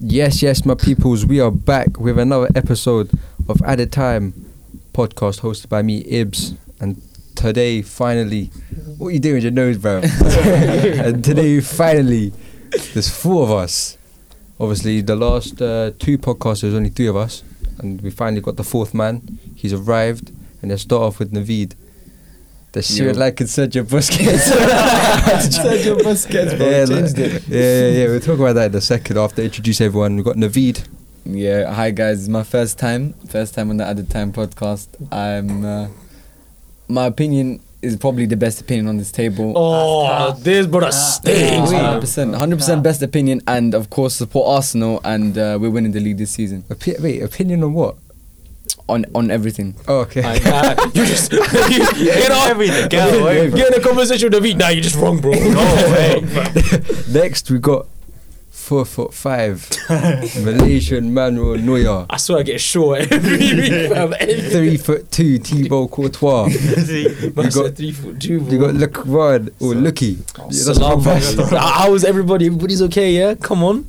Yes, yes, my peoples, we are back with another episode of At a Time podcast hosted by me, Ibs. And today, finally, what are you doing with your nose, bro? and today, finally, there's four of us. Obviously, the last uh, two podcasts, there's only three of us. And we finally got the fourth man. He's arrived. And let's start off with Naveed. The Sri Yo. Lankan Sergio Busquets. Sergio Busquets, bro, yeah, changed like- it. yeah, yeah, yeah. We'll talk about that in a second after I introduce everyone. We've got Naveed. Yeah, hi guys. It's my first time, first time on the Added Time podcast. I'm. Uh, my opinion is probably the best opinion on this table. Oh, this brother stinks. Hundred man. percent, hundred percent best opinion, and of course support Arsenal, and uh, we're winning the league this season Opi- wait, opinion on what? on on everything. Oh, okay. Like, nah, you just you, get off everything. Get, away, bro. in a conversation with David. Nah, you're just wrong, bro. No way. Next, we got four foot five Malaysian Manuel Neuer, I swear I get short every week. fam. Every- three foot two Thibaut Courtois. Man you said got- three foot two, You got bro. Lukman or Lucky, Salah, bro. Nah, How is everybody? Everybody's okay, yeah? Come on.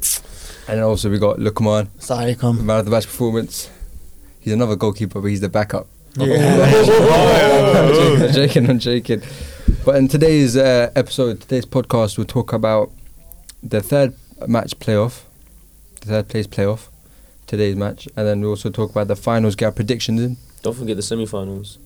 and also we got Lukman, Assalamualaikum. man of the match performance. He's another goalkeeper, but he's the backup. I'm joking, I'm joking. But in today's uh, episode, today's podcast, we'll talk about the third match playoff, the third place playoff, today's match, and then we'll also talk about the finals, get our predictions Don't forget the semi-finals.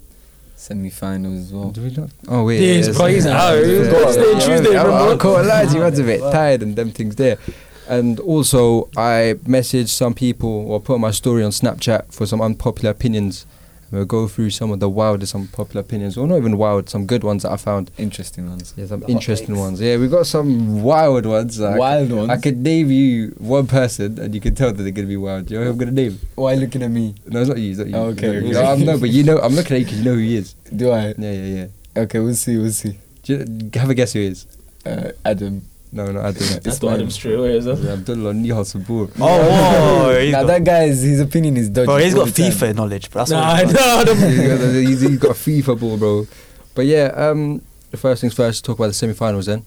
Semi-final as in. well. Do we not? Oh, wait. Yes, bro, he's an hour. He was Yeah. Wednesday, Yeah. Tuesday, I- I remember? can't lie to you, I was a bit tired and them things there. And also, I messaged some people or put my story on Snapchat for some unpopular opinions. We'll go through some of the wildest unpopular opinions, or not even wild, some good ones that I found. Interesting ones. Yeah, some The hot interesting takes. ones. Yeah, we got some wild ones. Like, Wild ones. I could name you one person, and you can tell that they're gonna be wild. You know who I'm gonna name? Why looking at me? Oh, No, it's not you. It's not you. Okay, No, okay. no, I'm, no, but you know, I'm looking at you because you know who he is. Do I? Yeah, yeah, yeah. Okay, we'll see, we'll see. Do you, have a guess who he is? Uh, Adam. No, no, I don't. I It's thought mine. Adam straight away. Is that? Abdullah Nihal Sabur. Oh, whoa, he's Now got- that guy's his opinion is dodgy. Bro, he's got all the time. FIFA knowledge, bro. That's Nah, all I he's got. know. Adam. he's, got, he's- he's got a FIFA ball, bro. But yeah, um, the first things first. Talk about the semi-finals then.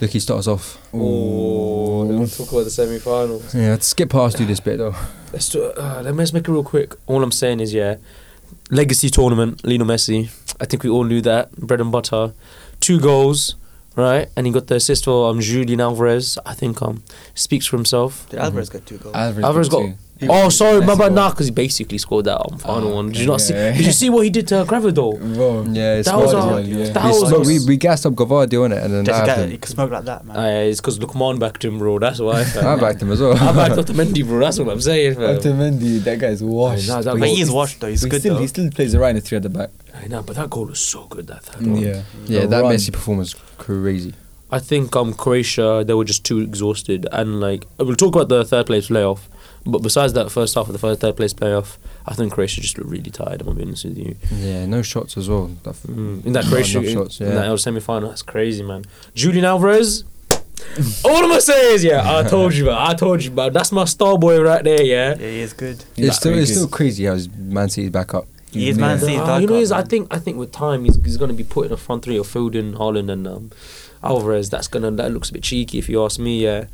Look, he starts off. Oh, Ooh. don't talk about the semi-finals. Yeah, I'd skip past you this bit though. Let's do. Uh, let me just make it real quick. All I'm saying is, yeah, legacy tournament. Lionel Messi. I think we all knew that. Bread and butter. Two goals, right? And he got the assist for um Julian Alvarez. I think um speaks for himself. Dude, Alvarez got two goals. Alvarez, Alvarez got- two. Oh, sorry, my Let's bad. go. Nah, because he basically scored that um, final Ah, one. Did okay. you not see? Yeah. Did you see what he did to Gravel though? Bro. Yeah, it's That wild. Scored as was our. well, yeah. That we, was smoked- our- we, we gassed up Gavardi on it, and then Just that get- happened. he can smoke like that, man. Uh, it's because Lukman backed him, bro. That's why. fam. I backed him as well. I backed Otamendi, bro. That's what I'm saying, fam. Otamendi, that guy's washed. I know, that But but was- he is washed though. He's he good still, though. He still plays the right and three at the back. I know, but that goal was so good. That third one. Yeah. Yeah, The that run. Messi performance crazy. I think um Croatia they were just too exhausted and like we'll talk about the third place playoff, but besides that first half of the first third place playoff, I think Croatia just looked really tired. I'm being honest with you. Yeah, no shots as well. That f- Mm. In Not that Croatia, enough shots, in that yeah. L semi final, that's crazy, man. Julian Alvarez. All I'm gonna say is, yeah, I told you, man. I told you, man. That's my star boy right there, yeah. Yeah, he is good. It's still Very it's good. still crazy how his Man City's back up. He is Man Yeah. City's Ah, dark you know, guy, he's, I man. think I think with time he's, he's going to be put in a front three of Foden, Haaland, and um, Alvarez. That's gonna that looks a bit cheeky if you ask me. Yeah,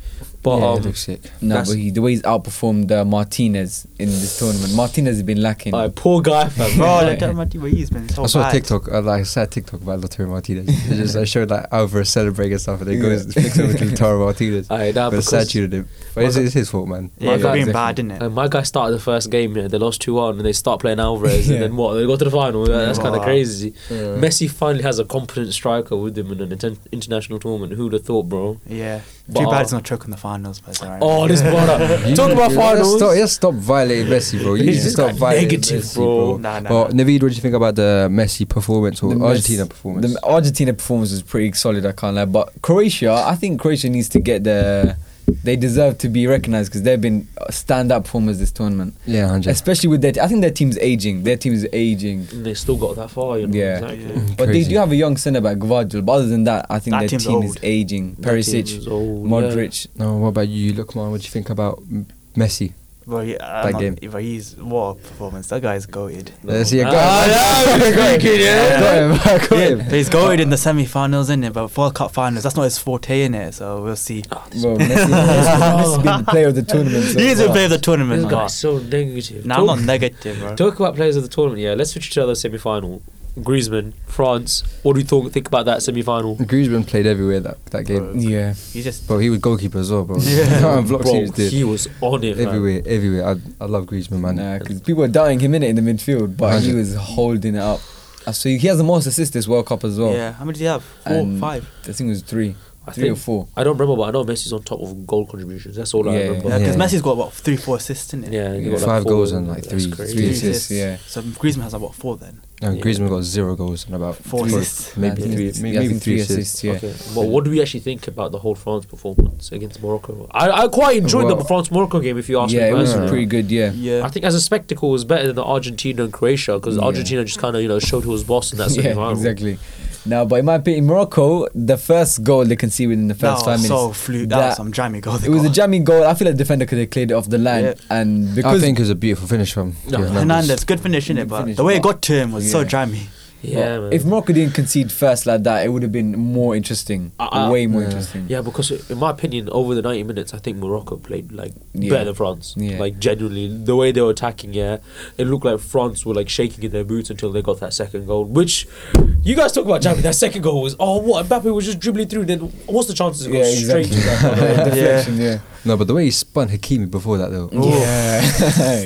but yeah, um, it looks sick. No, That's- but he, the way he's outperformed uh, Martinez in this tournament, Martinez has been lacking. Aye, poor guy, fam. Bro, Yeah. like, tell him where he is, man. oh, It's so I saw bad. a TikTok. Uh, like I saw a TikTok about Lautaro Martinez. it just I showed like Alvarez celebrating and stuff, and it goes Yeah. flicks over to Lautaro Martinez. Aye, nah, but because- saturated him. But it's, it's his fault, man. Yeah, Um, My he's guy- been bad, isn't it? Uh, my guy started the first game. Yeah, they lost two one, and they start playing Alvarez, Yeah. and then what? They got to the final. yeah, that's kind of Wow. crazy. Yeah. Messi finally has a competent striker with him in an inten- international tournament. Who'd have thought, bro? yeah. But, Too uh, bad it's not choking the finals, but it's alright. Oh, this brother. Talk about Just finals. stop, just stop violating Messi, bro. You He's need to just stop got violating negative, Messi, bro. Nah, nah, Well, nah. Naveed, what do you think about the Messi performance or The Messi- Argentina performance? The Argentina performance was pretty solid, I can't lie. But Croatia, I think Croatia needs to get the. They deserve to be recognised because they've been stand up performers this tournament. yeah, hundred. Especially with their. I think their team's aging. Their team is aging. And they still got that far, you know. Yeah. Exactly. Yeah. But Crazy. they do have a young centre back, Gvardiol. But other than that, I think That their team's team is old. aging. That team is Perisic, old, yeah. Modric. No, what about you, Lookman? What do you think about M- Messi? Bro, he, I'm That not- game. Bro, he's what a performance. That guy's goated. Let's see, I Ah, got him. yeah, he's yeah. Got him, I got him. He's goated in the semi-finals, isn't it? But World Cup finals, that's not his forte, in it. So we'll see. Oh, Bro, Messi, Messi, Messi been the player of the tournament. So He is a far. player of the tournament. This man. guy's so negative. Nah, I'm Talk- not negative, bro. Talk about players of the tournament. Yeah, let's switch to the other semi-final. Griezmann, France. What do you talk, think about that semi-final? Griezmann played everywhere that, that game. Yeah. He's just Bro, he was goalkeeper as well, bro. Yeah. Can't unblock Bro, teams, dude. he was on it, man. everywhere, everywhere. I, I love Griezmann, man. Nah, 'cause uh, people were doubting him in it in the midfield, but he was holding it up. Uh, So he has the most assists this World Cup as well. yeah. How many do you have? Four, And five. I think it was three, I three or think- four. I don't remember, but I know Messi's on top of goal contributions. That's all I Yeah, remember. Yeah, because Yeah. Messi's got what three, four assists in it. Yeah, he got Five four. goals and, like, That's three- crazy. three assists, yeah. So Griezmann has about four then. No, Yeah. Griezmann got zero goals and about Four three- assists. Maybe Yeah, I three, think- maybe, yeah, I maybe think three assists. yeah. Okay. Well, what do we actually think about the whole France performance against Morocco? I, I quite enjoyed the Well- France Morocco game, if you ask yeah, me. it was personally. pretty good. Yeah. Yeah. I think as a spectacle, it was better than the Argentina and Croatia because Yeah. Argentina just kind of you know showed who was boss in that semi yeah, exactly. Now, but in my opinion, Morocco, the first goal they conceded in the first that five was minutes. so fluke. That, was that- some jammy goal. they it was a got. jamming goal. I feel like the defender could have cleared it off the line, Yeah. and I because think it was a beautiful finish from No, Hernandez. Hernandez, good finish in it, Good but finish, the way it but- got to him was so Yeah. jammy. Yeah, Well, man. if Morocco didn't concede first like that, it would have been more interesting, Uh, uh, way more Yeah. interesting. yeah, because in my opinion, over the ninety minutes, I think Morocco played like Yeah. better than France. Yeah. Like genuinely, the way they were attacking, yeah, it looked like France were like shaking in their boots until they got that second goal. Which you guys talk about, Jamie. That second goal was oh what Mbappe was just dribbling through. Then what's the chances? It Yeah, goes straight to that. corner? Deflection, yeah. No, but the way he spun Hakimi before that though, Ooh. Yeah.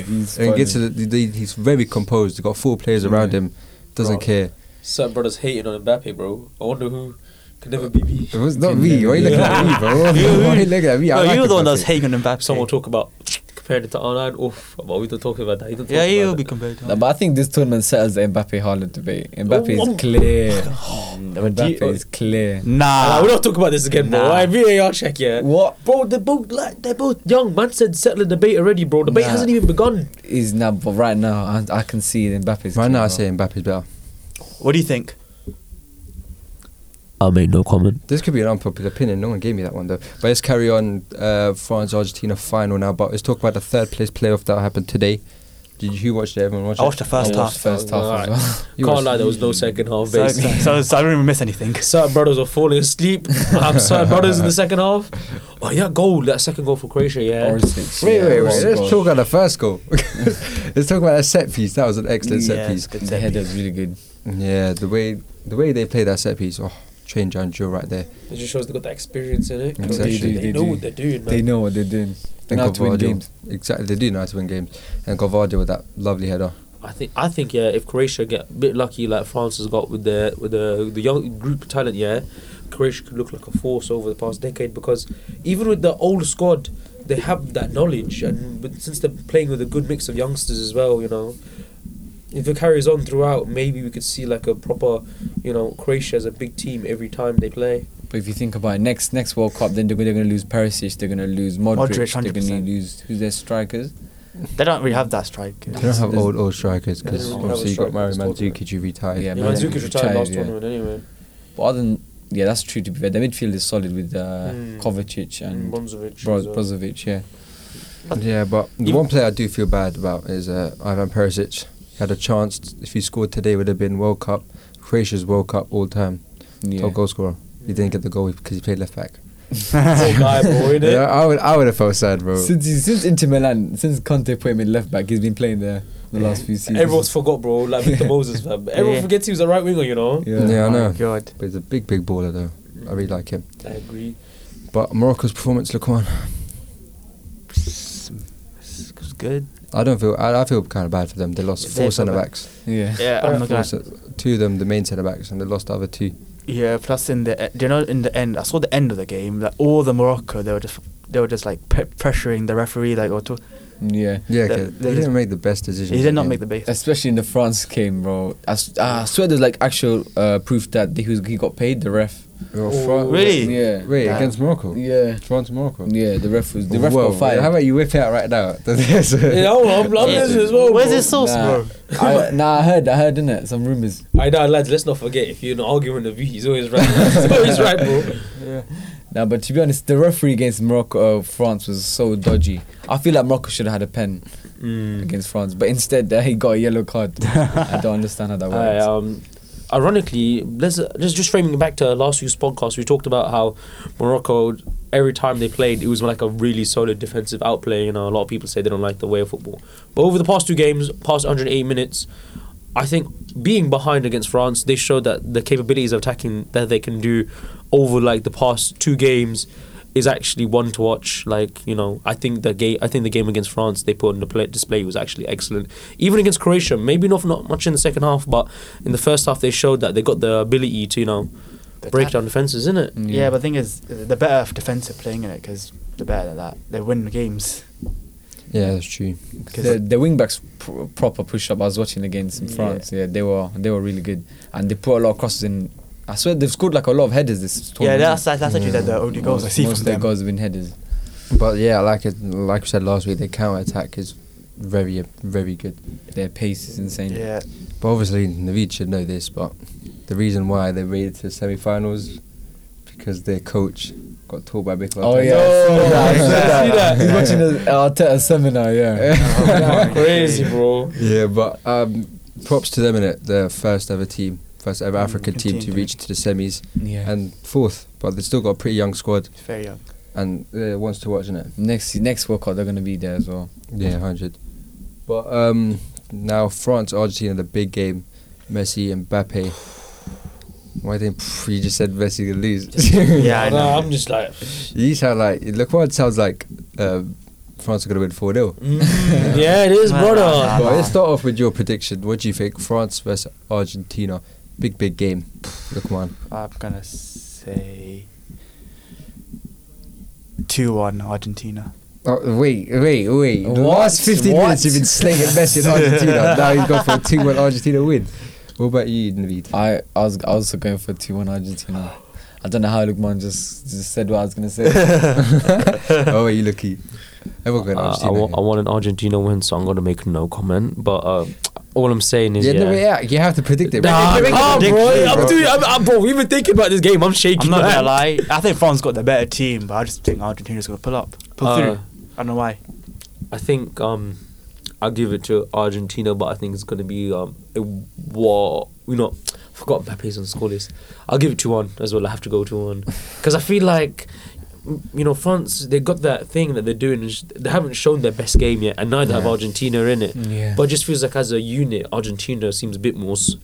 He's and gets to funny. the, the, he's very composed. He's got four players around Yeah. him. Doesn't Bro. care. Certain brothers hating on Mbappe, bro. I wonder who could never be me. It was not me. Why are you looking at me, bro? Why are you looking at me? I Bro, like you were the one Mbappe. that was hating on Mbappe. Someone talk about comparing it to Arnold. Oof, but we don't talk about that. You don't talk Yeah, about he'll that. be compared to No, him. but I think this tournament settles the Mbappe Haaland debate. Mbappe Oh, is clear. Mbappe you- is clear. Uh, Nah. we don't talk about this again, bro. Nah. Right, VAR check, yeah. What Bro, they're both like they're both young. Man said settle the debate already, bro. The debate Nah. hasn't even begun. is now? But right now, I, I can see Mbappe is. Right clear, now, I bro. say Mbappe's better. What do you think? I made no comment. This could be an unpopular opinion. No one gave me that one though. But let's carry on. Uh, France Argentina final now. But let's talk about the third place playoff that happened today. Did you watch it? Everyone watch I watched it? the first I watched half. first half Alright. as well. You Can't watched- lie, there was no second half. So, Basically, so, so I don't even miss anything. certain brothers were falling asleep. I'm certain brothers in the second half. Oh yeah, goal that second goal for Croatia, yeah. Or six, Wait, yeah, wait, or wait. six Let's goals. talk about the first goal. let's talk about that set piece. That was an excellent Yeah, set piece. good The set header piece. is really good. Yeah, the way the way they play that set piece. Oh, change and Joe right there. It just shows they got the experience in it. Exactly. Croatia, They do, They, they know do. what they're doing, They man. know what they're doing. They And know how to win Carvalho- games. Exactly, they do know how to win games. And Gavardia with that lovely header. I think I think yeah, if Croatia get a bit lucky like France has got with their with the the young group talent, yeah, Croatia could look like a force over the past decade because even with the old squad, they have that knowledge and but since they're playing with a good mix of youngsters as well, you know. If it carries on throughout, maybe we could see like a proper, you know, Croatia as a big team every time they play. But if you think about it, next next World Cup, then they're, gonna- they're going to lose Perisic, they're going to lose Modric, Modric, they're going 100%. to lose who's their strikers. They don't really have that strike. They don't have There's- old old strikers Yeah, they because don't have obviously you got strikers, Mario totally. Mandzukic who retired. Yeah, Yeah, Yeah, man, Mandzukic Mandzukic Mandzukic retired retired, last yeah. tournament anyway. But other than yeah, that's true. To be fair, their midfield is solid with uh, Mm. uh, Kovacic And and Bronzovic. Bro- as well. Brozovic. Yeah, Yeah, but the Even- one player I do feel bad about is uh, Ivan Perisic. He had a chance. If he scored today, would have been World Cup, Croatia's World Cup all time yeah. top goal scorer. He didn't get the goal because he played left back. Poor guy, bro, Oh, innit? Yeah, I would I would have felt sad, bro. Since he, since Inter Milan, since Conte put him in left back, he's been playing there the last few seasons. Everyone's forgot, bro. Like Victor Moses, fam. Everyone Yeah. forgets he was a right winger, you know. yeah. Yeah, I know. oh God. But he's a big big baller though. I really like him. I agree. But Morocco's performance, look on. It's it's good. I don't feel I, I feel kind of bad for them. They lost They four feel centre bad. backs. yeah. Yeah, I'm looking Four at, cent- Two of them, the main centre backs, and they lost the other two. yeah. Plus, in the e, do you know in the end, I saw the end of the game. Like all the Morocco, they were just they were just like pe- pressuring the referee, like or to, yeah. Yeah, They- okay. they they just- didn't make the best decision. he did not make the base. Especially in the France game, bro. I, s- ah, I swear there's like actual uh, proof that he was he got paid. The ref. Really? Yeah. Wait, Yeah. against Morocco? Yeah. France Morocco? Yeah. The ref was the ref Whoa, got fired. How about you whip it out right now? There's a- Yeah, I'm, I'm, I'm Yeah. listening as well. Where's bro. his source, Nah. bro? I, nah, I heard, I heard, innit? Some rumors. I know, lads. Let's not forget. If you're not arguing with the V, he's always right. he's always right, bro. Yeah. Now, but to be honest, the referee against Morocco, uh, France was so dodgy. I feel like Morocco should have had a pen Mm. against France, but instead uh, he got a yellow card. I don't understand how Ah, that I, works. um, ironically, let's just just framing it back to last week's podcast. We talked about how Morocco, every time they played, it was like a really solid defensive outplay. You know, a lot of people say they don't like the way of football, but over the past two games, past 108 minutes. I think being behind against France, they showed that the capabilities of attacking that they can do over like the past two games is actually one to watch. Like you know, I think the game, I think the game against France they put on the play- display was actually excellent. Even against Croatia, maybe not not much in the second half, but in the first half they showed that they got the ability to you know The break ta- down defenses, isn't it? Yeah. but the thing is, the better off defensive playing in it because the better at that. They win games. Yeah, that's true. the, the wing backs pr- proper push up. I was watching against in Yeah. France. Yeah, they were they were really good, and they put a lot of crosses in. I swear they've scored like a lot of headers this Yeah, tournament. that's that's actually Yeah. the the only goals I see most from of their them. goals have been headers. But yeah, like it, like we said last week, the counter attack is very very good. Their pace is insane. Yeah, But obviously, Naveed should know this. But the reason why they made it to semi-finals because their coach got taught by Mikel. Oh Arteta. yeah, I saw that. He's watching uh, a Arteta seminar. Yeah, Oh, Crazy, bro. Yeah, but um, props to them in it. The first ever team, first ever Mm, African good team team, to yeah. reach to the semis yeah. and fourth. But they've still got a pretty young squad it's very young. and uh, wants to watch in it. Next next World Cup they're gonna be there as well. Yeah, hundred. But um, now France Argentina the big game. Messi and Mbappe. Why didn't pff, you just said Messi gonna lose? yeah, I no, know. I'm just like, you sound like Laquan sounds like uh, France are gonna win four 0 mm, yeah, it is, Nah, brother. nah, But nah. let's start off with your prediction. What do you think? France versus Argentina, big big game. Laquan. I'm gonna say two one Argentina. Oh, wait, wait, wait. The What? last 15 What? minutes you've been slinging Messi in Argentina. now you've gone for a 2 1 Argentina win. What about you, Naveed? I I was I was also going for two one Argentina. I don't know how Lukman just just said what I was gonna say. oh, are you lucky? Everyone got Uh, I, Argentina. want, I want an Argentina win, so I'm gonna make no comment. But uh, all I'm saying is, yeah, yeah, no, yeah, you have to predict it. Nah, right? I Make a can't, prediction, bro. bro. I'm doing, I'm, I'm, bro. We've been thinking about this game. I'm shaking. I'm not man. gonna lie. I think France got the better team, but I just think Argentina's gonna pull up, pull Uh, through. I don't know why. I think um, I'll give it to Argentina, but I think it's gonna be um, a war. You know, I forgot Mbappe's on score list. I'll give it two one as well. I have to go two one because I feel like. mm, You know, France, they got that thing that they're doing. is They haven't shown their best game yet, and neither have Yeah. Argentina in it. yeah. But it just feels like as a unit, Argentina seems a bit more s-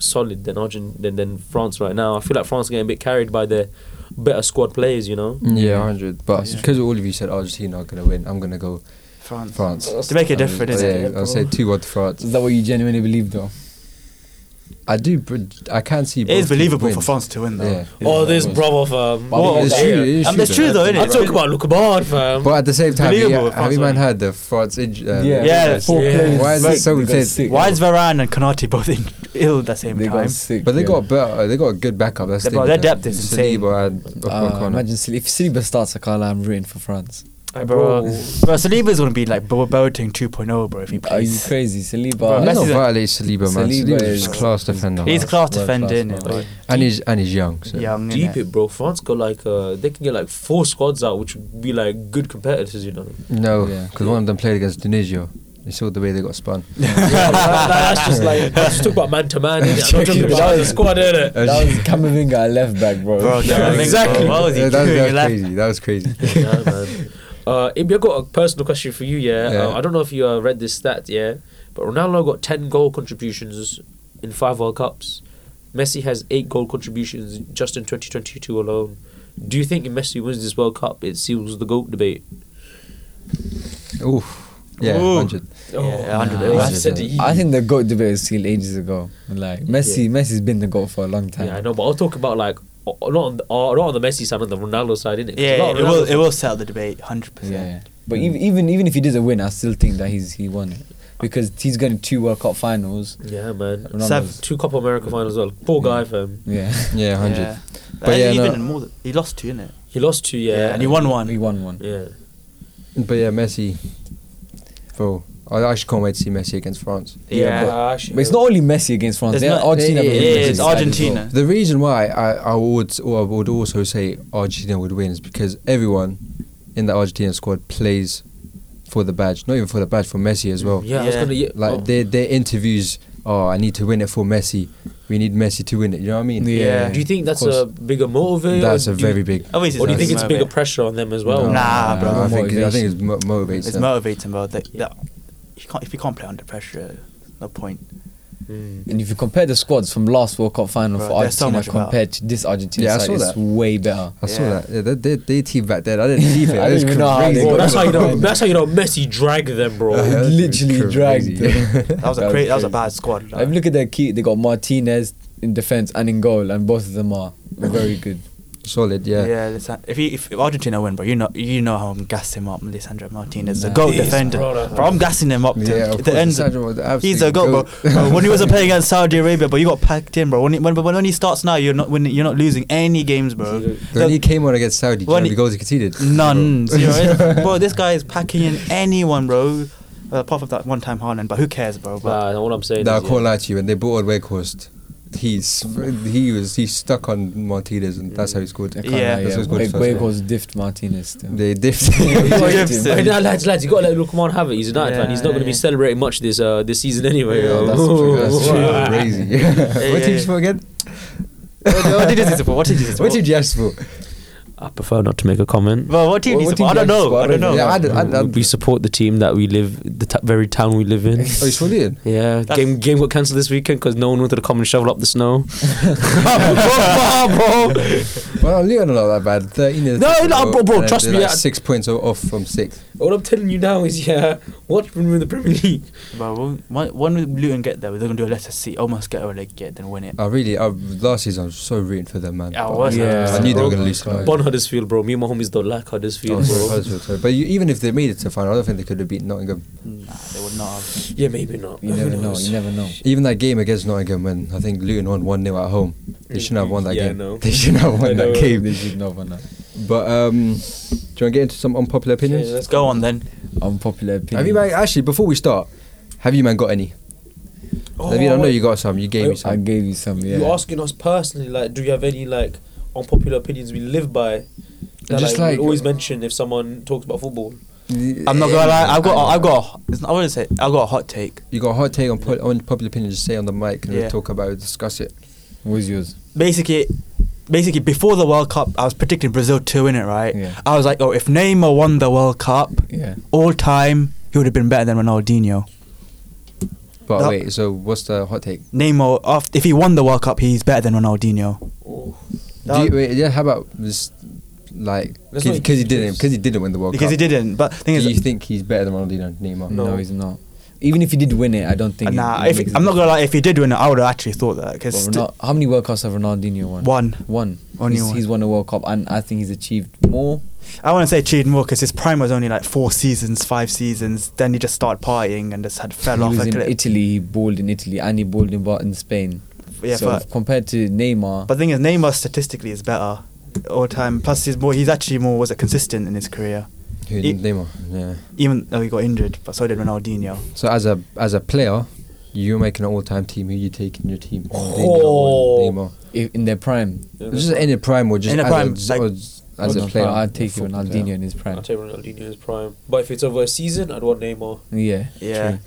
solid than Argent than, than France right now. I feel like France are getting a bit carried by their better squad players, you know. Yeah, 100. But Yeah. because all of you said oh, Argentina are going to win, I'm going to go France. France. To make a difference, yeah, isn't it? I'll say 2 1 France. is that what you genuinely believe though? I do, but I can see. It both is teams believable win. for France to win, though. Yeah. oh, that this was- brother from. But It's true, it is And that's true, true, though, I isn't talk it? about Lukabad, fam. But at the same time, Believable yeah, for have France you man to win. had the France injury? Uh, Yeah, four yeah. players. Why is sick, it so they got intense? sick, Why yeah. is Varane and Konate both in, ill at the same they time? got sick? But they yeah. got better. They got a good backup. That's They- the bro, thing, their you know. depth is insane. Saliba and Uh, O'Connor. imagine Sil- if Saliba starts a car, I'm rooting for France. Like, Oh. bro, bro, Saliba's gonna be like Bo- Boateng 2.0, bro. If he Are you plays, crazy, Bro, Let's Saliba? Messi's not a- violate Saliba, man. Saliba Saliba is- is class defender. he's World class class, defender, world innit? class. Like, and he's and he's young. So. young, Deep innit? it, bro. France got like uh, they can get like four squads out, which would be like good competitors, you know. No, Yeah. because one of them played against Tunisia. You saw the way they got spun. That- that's just like I just talk about man to man. innit? I'm not talking about the squad, innit? That was Camavinga at left back, bro. Bro, Yeah, Camavinga, exactly. bro, What was he Yeah, that, was, doing? that He was left- crazy. That was crazy. yeah, man. Uh, Ibi, I got a personal question for you. Yeah, Yeah. Uh, I don't know if you uh, read this stat. Yeah, but Ronaldo got ten goal contributions in five World Cups. Messi has eight goal contributions just in twenty twenty two alone. Do you think if Messi wins this World Cup, it seals the goat debate? Oof. Yeah, Ooh. 100. Yeah, 100. I Nah, said E. I it. I think the goat debate was sealed ages ago. Like Messi, Messi's been the goat for a long time. Yeah, I know, but I'll talk about like o- not on the, uh, not on the Messi side, on the Ronaldo side, innit? 'Cause a Yeah, lot it of will Ronaldo- it will settle the debate, hundred Yeah, percent. yeah. But even even even if he doesn't win, I still think that he's he won it because he's going to two World Cup finals. Yeah, man. Ronaldo's- Seven. Two Copa America finals as well. Poor guy, fam. Yeah, Yeah, 100. But But yeah, yeah, no. even more. Than, he lost two, innit? He lost two, yeah. and he won one. he won one. Yeah. But yeah, Messi. Bro, I actually can't wait to see Messi against France. Yeah. But it's not only Messi against France. It's They are not- Argentina. yeah, but yeah, Messi yeah, is it's sad as Argentina. The reason why I, I would or I would also say Argentina would win is because everyone in the Argentina squad plays for the badge, not even for the badge for Messi as well. Yeah, I was Yeah. gonna- yeah. Like oh. their their interviews. Oh, I need to win it for Messi. We need Messi to win it. You know what I mean? Yeah. Yeah. Do you think that's Of a bigger motivator? That's or a do you- Oh, very big. I mean, Or do you think That's it's motivating. bigger pressure on them as well? No. Nah, bro. I think I think Motivation. it's mo- motivates It's them. motivating, bro. That, that, you can't, if you can't play under pressure, no point. Mm. well. And if you compare the squads from last World Cup final Bro, for they're so Argentina much better. compared to this Argentina Yeah, I side, saw it's that. way better. I saw Yeah. that. Yeah, they, they, they team back then. I didn't leave it. I It was don't even know how they crazy. got Bro, that's how you know. Bro. That's how you know Messi dragged them, bro. Yeah. that's literally crazy. dragged. them. That was a That cra- was that was crazy. a bad squad. Like, look at their key. They got Martinez in defense and in goal, and both of them are very good. Solid. Yeah. Yeah, Lisan- if, he, if Argentina win, bro, you know you know how I'm gassing him up, Lisandro Martinez, the Nah. goal Yes, defender. bro, Bro, that- I'm gassing him up. to- Yeah, to of the course, end. Lisandro was the He's a absolute goal, goat. bro. bro. When he wasn't playing against Saudi Arabia, but you got packed in, bro. When he, when, but when he starts now, you're not winning, you're not losing any games, bro. When The- he came on against Saudi, do you When know he- the goals he conceded. None, zero. bro, this guy is packing in anyone, bro. Uh, apart from that one time Haaland, but who cares, bro? But Nah, all I'm saying. No, I is, yeah. can't lie to you. When they bought on Weghorst, he's he was he stuck on Martinez, and that's how he scored. I Yeah. can't lie, That's yeah. what's good Wake- first, yeah. Wakos diffed Martinez. Still. They diffed. Diffed Hey, him. nah, lads, lads, you gotta let Lukman have it. He's a United fan. He's not gonna be Yeah. celebrating much this uh this season anyway. Yeah, yo. that's true. That's Wow. true. Crazy. what team yeah. you support again? what did you support? What did you support? What team do you support? I prefer not to make a comment. Bro, what team What- do you what team support? do I you don't know. support? I don't know. Yeah, I d- I, I, we support the team that we live, the t- very town we live in. Oh, you support Leon? Yeah, That's- game game got cancelled this weekend because no one wanted to come and shovel up the snow. Bro, bro. Well, Leon are not that uh, bad. Thirteen. is- No, no, bro, bro, and trust they're me, uh, like I- six points o- off from six. All I'm telling you now is, yeah, watch when we're in the Premier League. Bro, when- when, when Luton get there, they're gonna do a Leicester City, almost get relegated, then win it. I really, I, last season I was so rooting for them, man. Yeah, I But was. Yeah. I knew they were Bro, gonna lose tonight. Bon Huddersfield, bro. Me and my homies don't like I Huddersfield, was so bro. hopeful, so- But you, even if they made it to final, I don't think they could have beaten Nottingham. Nah, they would not have. yeah, maybe not. You Who never know. knows? You never know. Even that game against Nottingham, when I think Luton won 1 0 at home, they shouldn't have won that Yeah, I game. know. They shouldn't have I won that know. game. They should know by now. But um, do you want to get into some unpopular opinions? Yeah, Let's go on then. Unpopular opinion. have you, man, actually, before we start, have you, man, got any? have you, I know you got some. You gave me I some. gave you some. Yeah. Oh, You're asking us personally, like, do you have any like unpopular opinions we live by? That, Just like, we like- always mention if someone talks about football. I'm not gonna lie. I've got. I've got. It's not, I wouldn't say. I've got a hot take. You got a hot take on, po- on popular opinion, just say on the mic and Yeah. we'll talk about it, discuss it. What's yours? Basically, basically before the World Cup, I was predicting Brazil to win it. Right. Yeah. I was like, oh, if Neymar won the World Cup Yeah. all time, he would have been better than Ronaldinho. But No. wait, so what's the hot take? Neymar, af- if he won the World Cup, he's better than Ronaldinho. Oh, Do you, wait, yeah, how about this? Like, Let's not because he include didn't, James. because he didn't win the World because he Cup. didn't. But thing is, Do you think he's better than Ronaldinho, Neymar? No. No. he's not. Even if he did win it, I don't think. it- nah. it If makes a I'm not difference. gonna lie, if he did win it, I would have actually thought that But because Ronal- how many World Cups have Ronaldinho won? one. One. Only he's, one. he's won a World Cup, and I think he's achieved more. I want to say cheated more because his prime was only like four seasons, five seasons. Then he just started partying and just had fell he off was a in cliff. Italy. He balled in Italy, and he balled in, Bar- in Spain. Yeah, so but, compared to Neymar, but the thing is, Neymar statistically is better all time. Plus, he's more. He's actually more was it consistent in his career. Who, He- Neymar? Yeah. Even though he got injured, but so did Ronaldinho. So as a as a player, you're making an all-time team. Who you taking in your team? Ronaldinho Oh. or Neymar? i- in their prime, Just in a prime or just In a as prime, a, like- or just as I'd a player. I'd take Football Ronaldinho player. in his prime. I'll take Ronaldinho's prime. But if it's over a season, I'd want Neymar. Yeah, Yeah. true.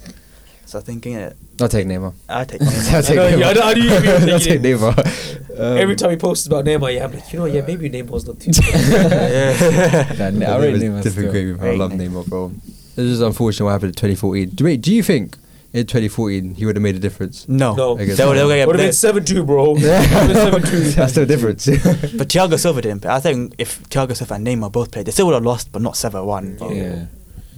So thinking it, I'll take Neymar. I take. I'll take know, Neymar. yeah, I know- I knew you were I'll take thinking Neymar. Um, Every time he posts about Neymar, yeah, I'm like, you know, what, yeah, maybe Neymar's not too bad. yeah. Nah, but I rate Neymar's Neymar different still. gravy, bro. I Rate love Neymar. Neymar, bro. This is unfortunate what happened in 2014. Do, wait, do you think in 2014 he would have made a difference? No. No. I guess They were, they were Would gonna have been get, seven two, bro. That's no difference. they, but Thiago Silva didn't. play. I think if Thiago Silva and Neymar both played, they still would have lost, but not seven one. yeah.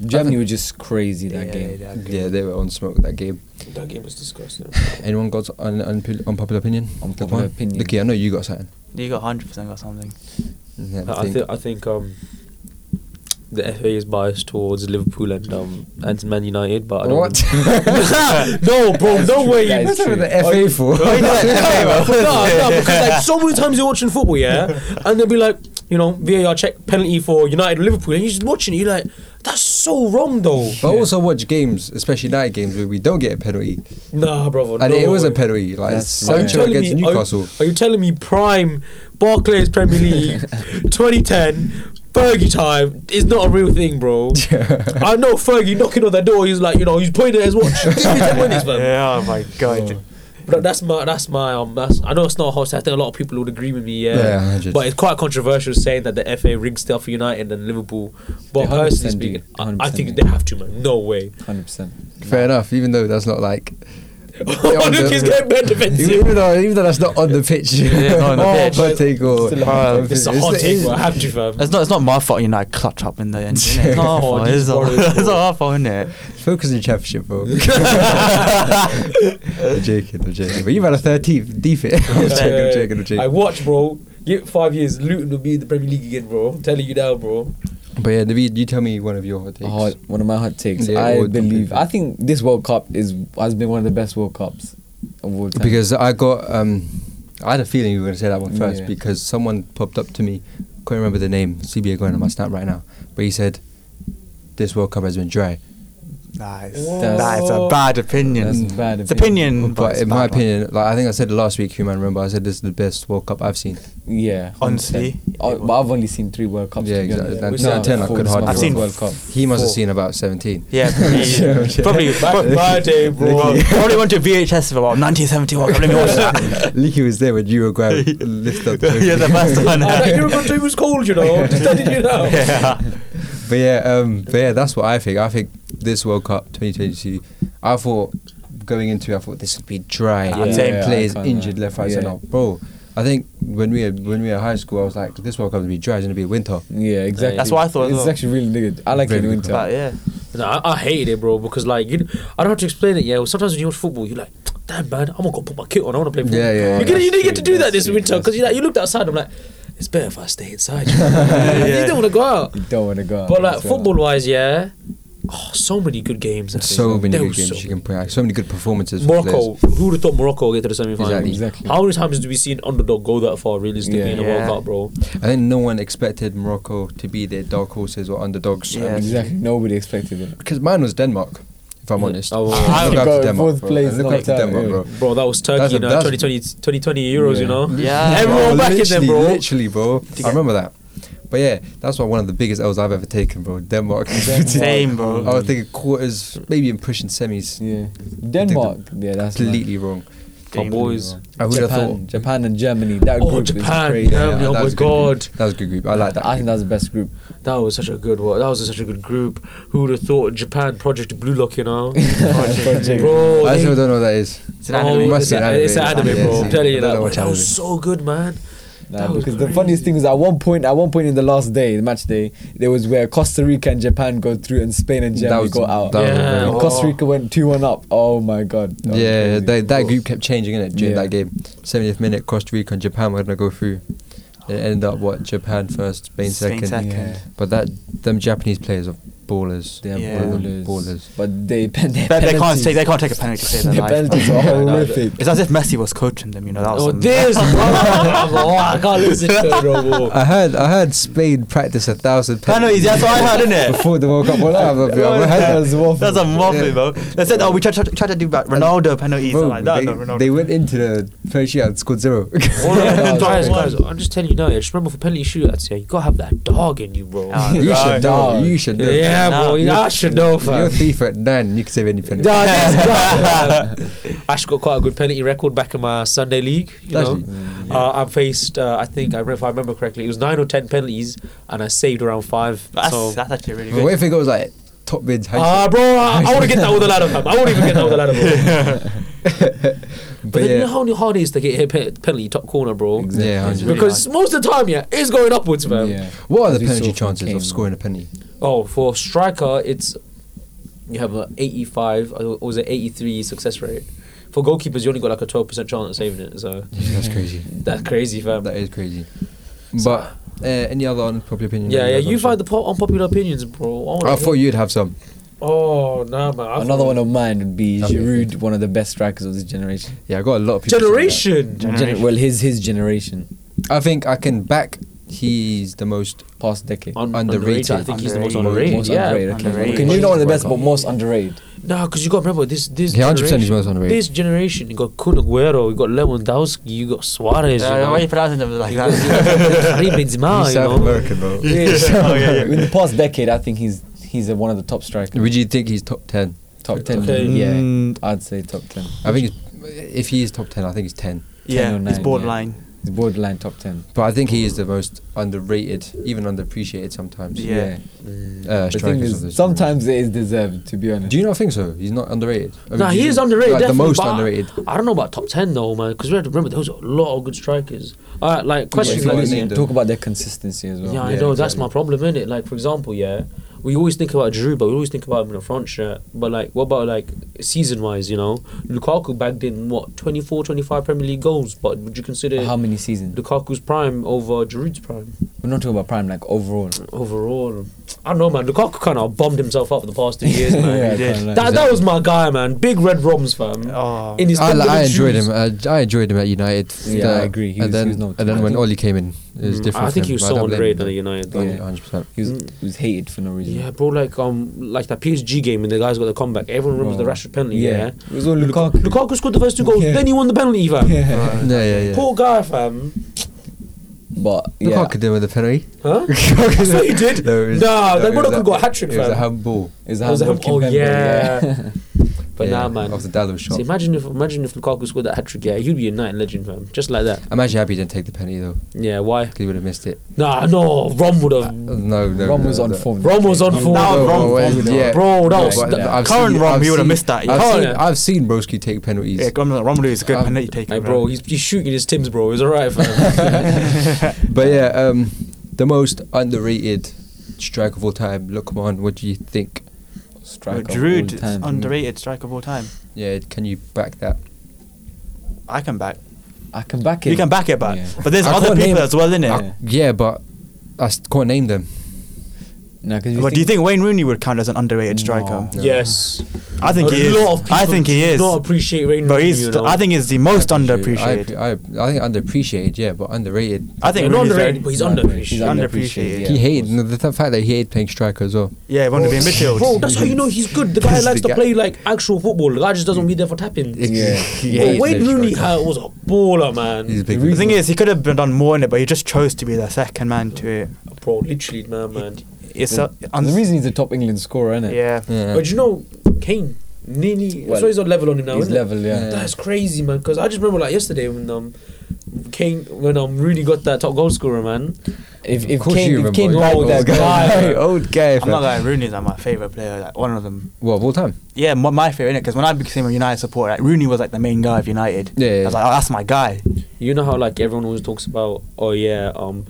Germany were just crazy that yeah, game. yeah, yeah, they were on smoke that game. That game was disgusting. Anyone got an unpo- unpopular opinion? Unpopular Look, opinion. Look, I know you got something. You got hundred percent or something. Yeah, I I think- think I think um, the FA is biased towards Liverpool and um and Man United, but I don't What? no, bro, no way. That is What's true. the FA for? no, no, no, because like so many times you're watching football, yeah, and they'll be like, you know, VAR check penalty for United and Liverpool, and you're just watching it, you're like, That's so wrong, though. But I also watch games, especially night games, where we don't get a penalty, Nah, brother. and no it was a way. penalty. Like That's Are you Sancho telling against me- are you- Newcastle. Are you telling me prime Barclays Premier League 2010 Fergie time is not a real thing, bro? I know Fergie knocking on the door. He's like, you know, he's pointing at his watch. Give me ten minutes, man. Yeah, oh my god. But that's my that's my um. That's, I know it's not a hot. take. I think a lot of people would agree with me. Yeah. Yeah, 100. But it's quite controversial saying that the FA rigged stuff for United and Liverpool. They But 100% personally do. speaking, I, I 100% think do. they have to, man. No way. Hundred percent. Fair enough, even though that's not like. Oh, look, he's getting bad defensive. even, though, even though that's not on the pitch. Yeah, not on the Or pitch. hot take or- Still a hot It's a hot take. bro. I have to, fam. It's not. It's not my fault. You know, I clutch up in the end. innit? It's not our Oh, fault. these It's not, Warriors, it's bro. not our fault, innit? Focus on the championship, bro. I'm joking, I'm joking. But you had a 13th defense. I'm joking, I'm joking, I'm I joking. watch, bro. Give it five years, Luton will be in the Premier League again, bro. I'm telling you now, bro. But yeah, David, you tell me one of your hot takes. Hot, one of my hot takes. Yeah, I or believe. something. I think this World Cup is has been one of the best World Cups of all time. Because I got, um, I had a feeling you were going to say that one first Yeah. because someone popped up to me, can't remember the name, CBA going on my snap right now, but he said, this World Cup has been dry. Nice. Whoa. That is a bad opinion. That's a bad It's opinion, But it's in a bad my one. opinion, like I think I said last week, you might remember, I said this is the best World Cup I've seen. yeah, Honestly, 100%. I, it was. but I've only seen three World Cups. Yeah, to be honest. exactly. That- We've no, seen 10, I four could this hardly month, I've seen World f- Cup. He must have Four. seen about 17. Yeah, probably. probably Back in my day, bro. Well, probably went to VHS for about 1971. Let me watch that. Leaky was there when Uruguay lift up. the yeah, the first one. I like, you're going to was cold, you know. I'm just telling you now. yeah. But yeah, um, but yeah, that's what I think. I think this World Cup 2022, I thought going into, it, I thought this would be dry. Yeah, Same yeah, players I can't injured lie. left, right, centre. Yeah. Bro, I think when we were, when we were high school, I was like, this World Cup would be dry. It's gonna be winter. Yeah, exactly. That's what I thought as It's well. actually really good. I like it Really in good. winter. But yeah. No, I, I hated it, bro, because, like, you, I don't have to explain it, yeah. Sometimes when you watch football, you're like, damn, man, I'm going to put my kit on. I want to play football. Yeah, yeah, yeah. You, get, you didn't get That's to do true, that that's this true, winter that's because you, like, you looked outside. I'm like, it's better if I stay inside. you know. You don't want to go out. You don't want to go. out But, like, as well. football wise, yeah. Oh, so many good games. actually. So many There good was games so you can play. like, So many good performances. from Morocco. Who would have thought Morocco would get to the semi final? Exactly. Exactly. How many times do we see an underdog go that far realistically Yeah. in a Yeah. World Cup, bro? players. I think no one expected Morocco to be their dark horses or underdogs. Yeah. Exactly. Nobody expected it. Because mine was Denmark, if I'm Yeah. honest. Oh, wow. I look Go up to Denmark. fourth bro. place, I look look up to up to- Denmark, yeah. bro. Bro, that was That's Turkey, uh, a- you know, that's- 2020, 2020 Euros, you Yeah. know? Yeah. Everyone Bro, back in literally, them, bro. Literally, bro. I remember that. But yeah, that's like one of the biggest L's I've ever taken, bro. Denmark. Same, bro. I was thinking quarters, maybe in pushing semis. Yeah, Denmark. Yeah, that's mad. Completely wrong. Our boys. I would have Japan, thought. Japan and Germany. That Oh, group Japan. is crazy. Yeah. that was oh my a good group. God. That was a good group. I like that. I think that's the best group. That was such a good one. That was such a good group. Who would have thought Japan Project Blue Lock, you know? Project. bro, I they- still don't know what that is. It's an anime. Oh, Must it's, be an a- anime. it's an anime, Yeah, bro. yeah. I'm telling you Don't know that. what That anime was is. so good, man. Nah, That was because the crazy. funniest thing is, at one point, at one point in the last day, the match day, there was where Costa Rica and Japan go through, and Spain and That Germany was- go out. that was Yeah. And very- Costa Oh. Rica went two one up. Oh my god. That was yeah, crazy. they, that group kept changing in it during Yeah. that game. 70th minute, Costa Rica and Japan were gonna go through. It ended up what Japan first, Spain Spain second. second. Yeah. But that them Japanese players are ballers. They They're are Yeah. ballers. ballers. ballers. But they, pen- their But they can't penalties- take. They can't take a penalty to save their Their life. penalties are horrific. It's as if Messi was coaching them. You know that was. Oh, some- this! Oh, I can't listen to it, no more. I heard I heard Spain practice a thousand penalties. That's what I heard, innit? before the World Cup. Well, I've, I've, I've That heard that. was awful. That's a muffin, Yeah. bro. They said, "Oh, we tried, tried, tried to do about Ronaldo penalties." Bro, I'm like, no, they, no, Ronaldo. they went into the first year and scored zero. All of Yeah, them guys, that was guys, I'm just telling you now, yeah, just remember for penalty shootouts, yeah, you gotta have that dog in you, bro. Ah, you should know. dog. You should know. yeah, Nah. bro, you I should know, You're a fam. thief at nine. You can save any penalty. Nah, this guy, fam. Ash got quite a good penalty record back in my Sunday league. You Does know, he? uh, I faced, uh, I think, I remember, if I remember correctly, it was nine or ten penalties, and I saved around five. that's, so, that's actually really But what good. if it goes like top bids? high ah, bro, I, I want to get that with a ladder, fam. I won't even get that with a ladder, bro. score? But but then you know yeah, how hard it is to get hit pe- penalty top corner, bro. yeah, 100. Because most of the time, yeah, it's going upwards, man. Yeah. What are As the we saw penalty from chances Kane. of scoring a penalty? Oh, for striker, it's you have an 85 or was it 83 success rate. For goalkeepers, you only got like a 12% chance of saving it. So Yeah, that's crazy. that's crazy, fam. That is crazy. But uh, any other unpopular opinion? yeah, yeah. You find find the po- unpopular opinions, bro. wanna I hear- thought you'd have some. Oh nah, man. I Another thought- one of mine would be Okay. Giroud, one of the best strikers of this generation. Yeah, I got a lot of people. saying that. Generation. Gen- well, his his generation. I think I can back he's the most past decade. Un- Underrated. I think he's the most Underrated. underrated. Most yeah. underrated. Okay, underrated. okay, maybe not one of the best, but most underrated. No, because you got to remember this. This He 100% is generation- most underrated. This generation, you got Kun Aguero, you got Lewandowski, you got Suarez, you Uh, know. why are you pronouncing them like Karim that? Benzema, he's you know. South American, bro. Oh, yeah, yeah. In the past decade, I think he's he's uh, one of the top strikers. Would you think he's top ten? Top ten. Okay. Yeah, Mm, I'd say top ten. I think he's, if he is top ten, I think he's ten. yeah, 10 or it's 9, borderline. He's borderline top ten. But I think he is the most underrated, even underappreciated sometimes. Yeah. Uh, The thing strikers of is, this sometimes it is deserved. To be honest. Do you not think so? He's not underrated. I mean, Nah, do he you- is underrated. Like, the definitely, most but underrated. I don't know about top ten though, man. Because we have to remember there was a lot of good strikers. All right, like But Yeah, if question you for you gotta you. look- name them. talk about their consistency as Yeah, well. I know Yeah, that's exactly. my problem, isn't it? Like for example, yeah, we always think about Drew, but we always think about him in a front shirt. But like, what about like season wise? You know, Lukaku bagged in what 24, 25 Premier League goals. But would you consider How many seasons? Lukaku's prime over Giroud's prime We're not talking about prime, like overall. overall? I don't know, man. Lukaku kind of bombed himself up for the past two years, man. Yeah, he did. kinda like- That, that was my guy, man. Big Red Roms, fam. Oh. In his I, Timberland I enjoyed shoes. him. Uh, I enjoyed him at United. Yeah, I agree. He and was- then, he was not- and then I when think- Oli came in, it was Mm, different. I think for he him, was but I so don't blame underrated him. at United. though. Yeah. Yeah. 100%. He was, he was hated for no reason. bro, like um, like that PSG game when the guys got the comeback. Everyone remembers the Bro. Rashford penalty. Yeah, It was all Lukaku. Lukaku. Lukaku scored the first two goals. Yeah. Then he won the penalty, fam. Yeah. Yeah, yeah, yeah. Poor guy, fam. But yeah, Lukaku could do with a penalty. Huh? That's what he did. No, it was- nah, no, that it was Lukaku a- got a hat trick, It was a fam. handball. it was a It was a handball. handball, Kimpembe, oh, yeah. But yeah, nah, man. Off the Dallo shot. See, imagine if imagine if Lukaku scored that hat trick. Yeah, he'd be a night legend, fam. Just like that. I'm actually happy he didn't take the penalty though, Yeah, why? because he would have missed it. Nah, no. Rom would have. No, no. Rom no, was no, on no. form. Mm. Rom was on form. No, Rom- yeah. Bro, that No, was. but that- I've current seen- Rom, I've he would have seen- missed that, yeah. I've, Oh, seen, yeah. I've seen Broski take penalties. Yeah, Romelu is a good Um, penalty taker. Hey, bro, he's, he's shooting his tims, bro. It's alright, fam. But yeah, um, the most underrated strike of all time. Look, on, what do you think? Striker. Uh, all Giroud, is time. underrated striker of all time. Yeah, can you back that? I can back. I can back it. You can back it, but Yeah. but there's I other can't people name- as well, isn't it? I- yeah, but I s- can't name them. No, because But do you think Wayne Rooney would count as an underrated striker? No. yes. I think a he is. Lot of people I think he is. Not appreciate Rain. But he's. you know? I think he's the most I, underappreciated. I, I think underappreciated, yeah, but underrated. I think not Rooney's underrated, very- but he's No, underrated. he's underappreciated. underappreciated, he yeah, hated of course. the, the fact that he hated playing striker as well. Yeah, he wanted to be in midfield. Bro, that's how you know he's good. The guy He's likes the to guy. play like actual football. The guy just doesn't be there for tapping. Yeah. He Bro, hated Wayne playing Rooney striker. ha- was a He's baller, a man. big the thing is, he could have been done more in it, but he just chose to be the second man to it. Bro, literally, man, man. It's a, And the reason he's the top England scorer, isn't it? yeah. Yeah. But you know, Kane nearly. Well, so he's on level on him now. His isn't it? level, yeah. That's crazy, man. Because I just remember like yesterday when um, Kane when um Rooney got that top goal scorer, man. If Of if course you Kane, if remember. Kane Oh, bagged old that guy. guy, Hey, old guy. I'm fam. not like Rooney's like my favorite player, like one of them. What of all time? Yeah, my, my favorite because when I became a United supporter, like Rooney was like the main guy of United. Yeah, yeah, I was like, oh, that's my guy. You know how like everyone always talks about, oh yeah, um,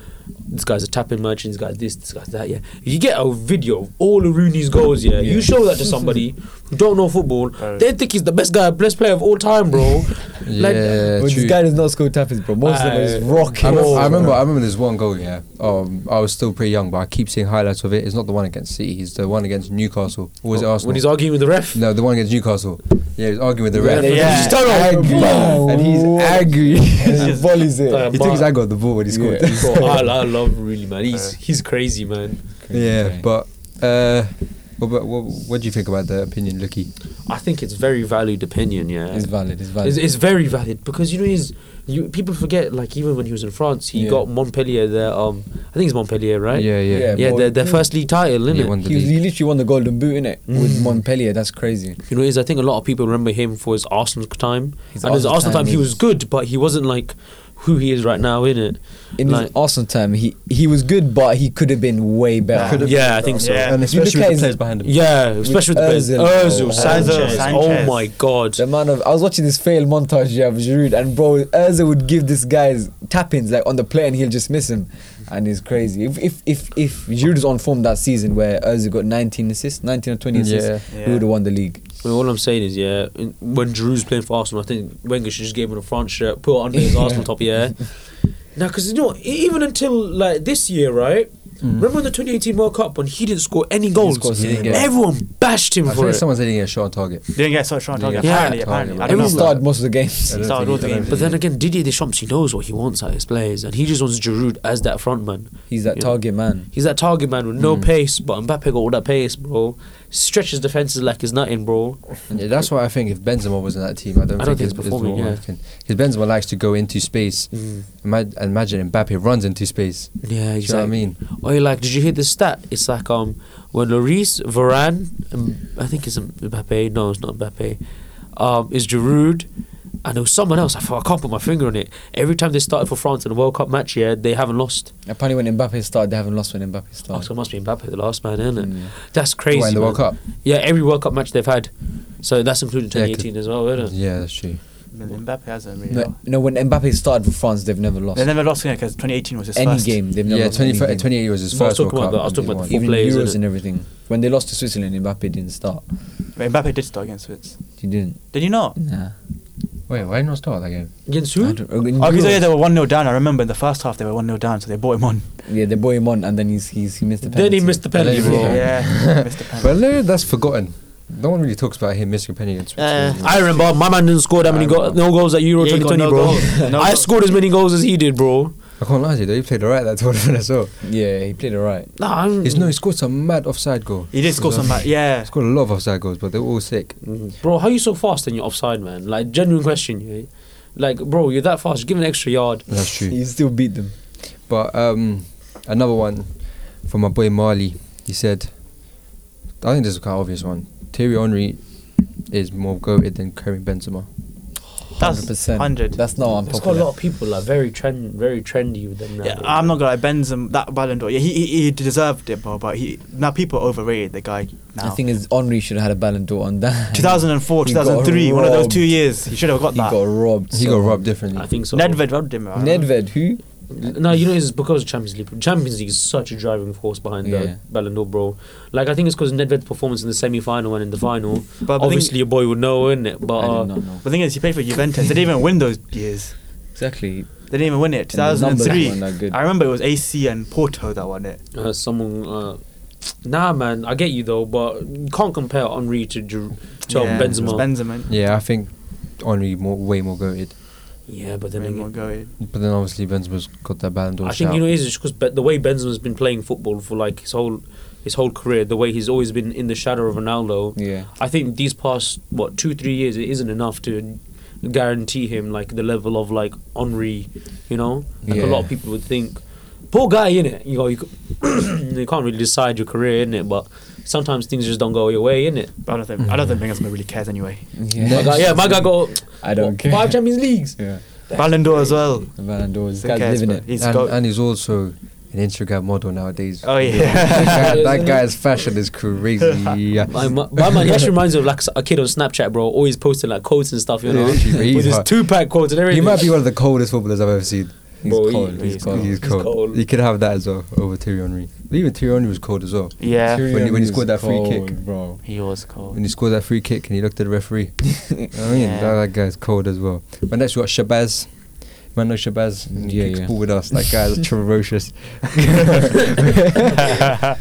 this guy's a tapping merchant, this guy's this, this guy's that. Yeah, you get a video of all of Rooney's goals. Yeah, you show that to somebody who don't know football, Bro. they think he's the best guy, best player of all time, bro. Like, yeah, Well, true. this guy does not score tappers, bro. Most of them is Uh, I rocking. remember, I remember. I remember there's one goal. Yeah. Um, I was still pretty young, but I keep seeing highlights of it. It's not the one against City. It's the one against Newcastle. Or was it Arsenal? When he's arguing with the ref. no, the one against Newcastle. Yeah, he's arguing with the ref. Yeah, yeah. He's done all- Angry. Bro, and he's Whoa. angry. And he volleys it. Uh, he thinks but- I got the ball when he scored. Yeah. Bro, I, I love Rooney, man. He's he's crazy, man. Yeah, but uh, what, about, what, what do you think about the opinion, Lucky? I think it's very valued opinion. Yeah, it's valid. It's valid. It's, it's very valid because you know he's you people forget like even when he was in France he Yeah. got Montpellier their um I think it's Montpellier right Yeah, yeah. Yeah. yeah but- their, their first league title He innit won the he, was- league. he literally won the Golden Boot in it with Mm. Montpellier. That's crazy. you know is I think a lot of people remember him for his Arsenal time His and his Arsenal Arsenal time time he is- was good but he wasn't like who he is right now in it In Like- his Arsenal time, he he was good, but he could have been way better. Could've- yeah I think so Yeah. yeah, And If you especially look with at the players his- behind him. especially with, With the Ozil. players. Ozil, Ozil, Sanchez. oh Sanchez. my god The amount of I was watching this fail montage yeah, of Giroud and bro, Erza would give this guy's tap-ins like on the play and he'll just miss him, and it's crazy. If if if if Giroud is on form that season where Erza got 19 assists, 19 or 20 assists, Yeah. Yeah. he would have won the league. I mean, all I'm saying is, yeah, in- when Drew's playing for Arsenal, I think Wenger should just give him a France shirt, put it under his Arsenal top, yeah. Now, because you know, e- even until like this year, right? Remember in the 2018 World Cup when he didn't score any goals? score He didn't get- Everyone bashed him I for think it. someone said he didn't get shot on target. Didn't get so strong target. Yeah. Apparently, Yeah. apparently. I Target, don't He know. Everyone started most of the games. I don't Started think all the he- I don't games. But then think again, Didier Deschamps, he knows what he wants at his players, and he just wants Giroud as that front man. He's that Yeah. target man. He's that target man with no pace, but Mbappe got all that pace, bro. Stretches defenses like he's nothing, bro. he- Yeah, that's why I think if Benzema was in that team, I don't, I don't think, think it's he's performing, yeah. Because Benzema likes to go into space. Ima- imagine Mbappe runs into space. Yeah, Do you know what I exactly. mean? Or you like, did you hear the stat? It's like um when Lloris, Varane, um, I think it's Mbappe. No, it's not Mbappe. Um, is Giroud, and there was someone else. I, f- I can't put my finger on it. Every time they started for France in a World Cup match, yeah, they haven't lost. Apparently, when Mbappe started, they haven't lost when Mbappe Oh, started. so it must be Mbappe, the last man, isn't it? Mm. That's crazy. Why in the man. World Cup? Yeah, every World Cup match they've had. So that's including Yeah, 2018 as well, isn't it? Yeah, that's true. Mbappe hasn't really. No, no, when Mbappe started for France, they've never lost. They never lost again because 2018 was his any first. game, they've never Yeah, lost. any 20, game. 28 was his No, I was first World talking about Cup. the- I was and talking he about won. the Even players, Euros innit? and everything. When they lost to Switzerland, Mbappe didn't start. But Mbappe did start against Swiss. He didn't. Did you not? Nah. Wait, why did not start that game? Against I who? don't- in Oh, because yeah, Euros- they were 1 0 down. I remember in the first half they were 1 0 down, so they brought him on. Yeah, they bought him on, and then he's, he's he missed the penalty. Then he missed the penalty, Yeah. bro. Yeah, Mr. Penn. But no, that's forgotten. No one really talks about him missing a penalty against Uh, Switzerland. I remember my man didn't score that many goals, no goals at Euro Um, Yeah, he got 2020, no bro. goal. No I goal. scored as many goals as he did, bro. I can't lie to you, though. He played alright that tournament as well. Yeah, he played alright. Nah, I'm, He's no, he scored some mad offside goal. He did score some. ma- He Yeah. scored a lot of offside goals, but they were all sick. bro. How you so fast and you're offside, man? Like genuine question, yeah? like bro, you're that fast. Give an extra yard. That's true. He still beat them. But um, another one from my boy Marley. He said, I think this is quite obvious one. Thierry Henry is more goated than Karim Benzema. That's 100%. 100. That's not There's quite a unpopular. lot of people like very trend, very trendy with them. Now, Yeah, I'm not gonna lie. Benzema, that Ballon d'Or, yeah, he, he he deserved it, bro. But he now people overrated the guy. I Now, think his Henri should have had a Ballon d'Or on that. 2004, He got 2003, one of those two robbed. years, he should have got He that. got robbed. He so got hard. robbed differently. I think so. Nedved robbed him. I remember. Nedved, who? No, you know it's because of Champions League. Champions League is such a driving force behind Yeah. the Ballon d'Or, bro. Like I think it's because Nedved's performance in the semi-final and in the final. But the obviously, thing, your boy would know, isn't it? But I uh, did not know. the thing is, he played for Juventus. They didn't even win those years. Exactly. They didn't even win it. And the numbers 2003. weren't that good. I remember it was AC and Porto that won it. uh, someone. Uh, nah, man, I get you though, but you can't compare Henri to Giroud- to Yeah, it was Benzema. Benzema. Yeah, I think Henry more, way more goated. yeah, but then Then we'll again, go in. But then obviously Benzema's got that Ballon d'Or. I think shout. you know it is because the way Benzema's been playing football for like his whole his whole career, the way he's always been in the shadow of Ronaldo. Yeah. I think these past what two three years it isn't enough to guarantee him like the level of like Henri, you know. Like a Yeah. lot of people would think, poor guy, innit? You know, you, c- you can't really decide your career, innit? But sometimes things just don't go your way, innit? But I don't think I Mm. don't think Benzema really cares anyway. My guy, yeah, my guy got I don't what, care. five Champions Leagues. Yeah. Ballon d'Or as well. The Ballon d'Or. This Who guy's cares, living bro? it. He's and, got. and he's also an Instagram model nowadays. oh yeah. that, guy, that guy's fashion is crazy. Yeah. My, mu- my man, he actually reminds me of like s- a kid on Snapchat, bro. Always posting like quotes and stuff, you Yeah, know, literally, bro, he's with his hot. two pack quotes and everything. He might be one of the coldest footballers I've ever seen. He's Bro, he- cold. he's He's cold. cold. He's cold. cold. He could have that as well over Thierry Henry. Even Thierry Henry was cold as well. yeah. When he- when he scored that free Cold, kick. bro. He was cold. When he scored that free kick and he looked at the referee. I mean, Yeah. that, that guy's cold as well. But next we got Shabazz. Man, no Shabazz. and He Mm, Yeah, kicks yeah. ball with us. That guy's ferocious.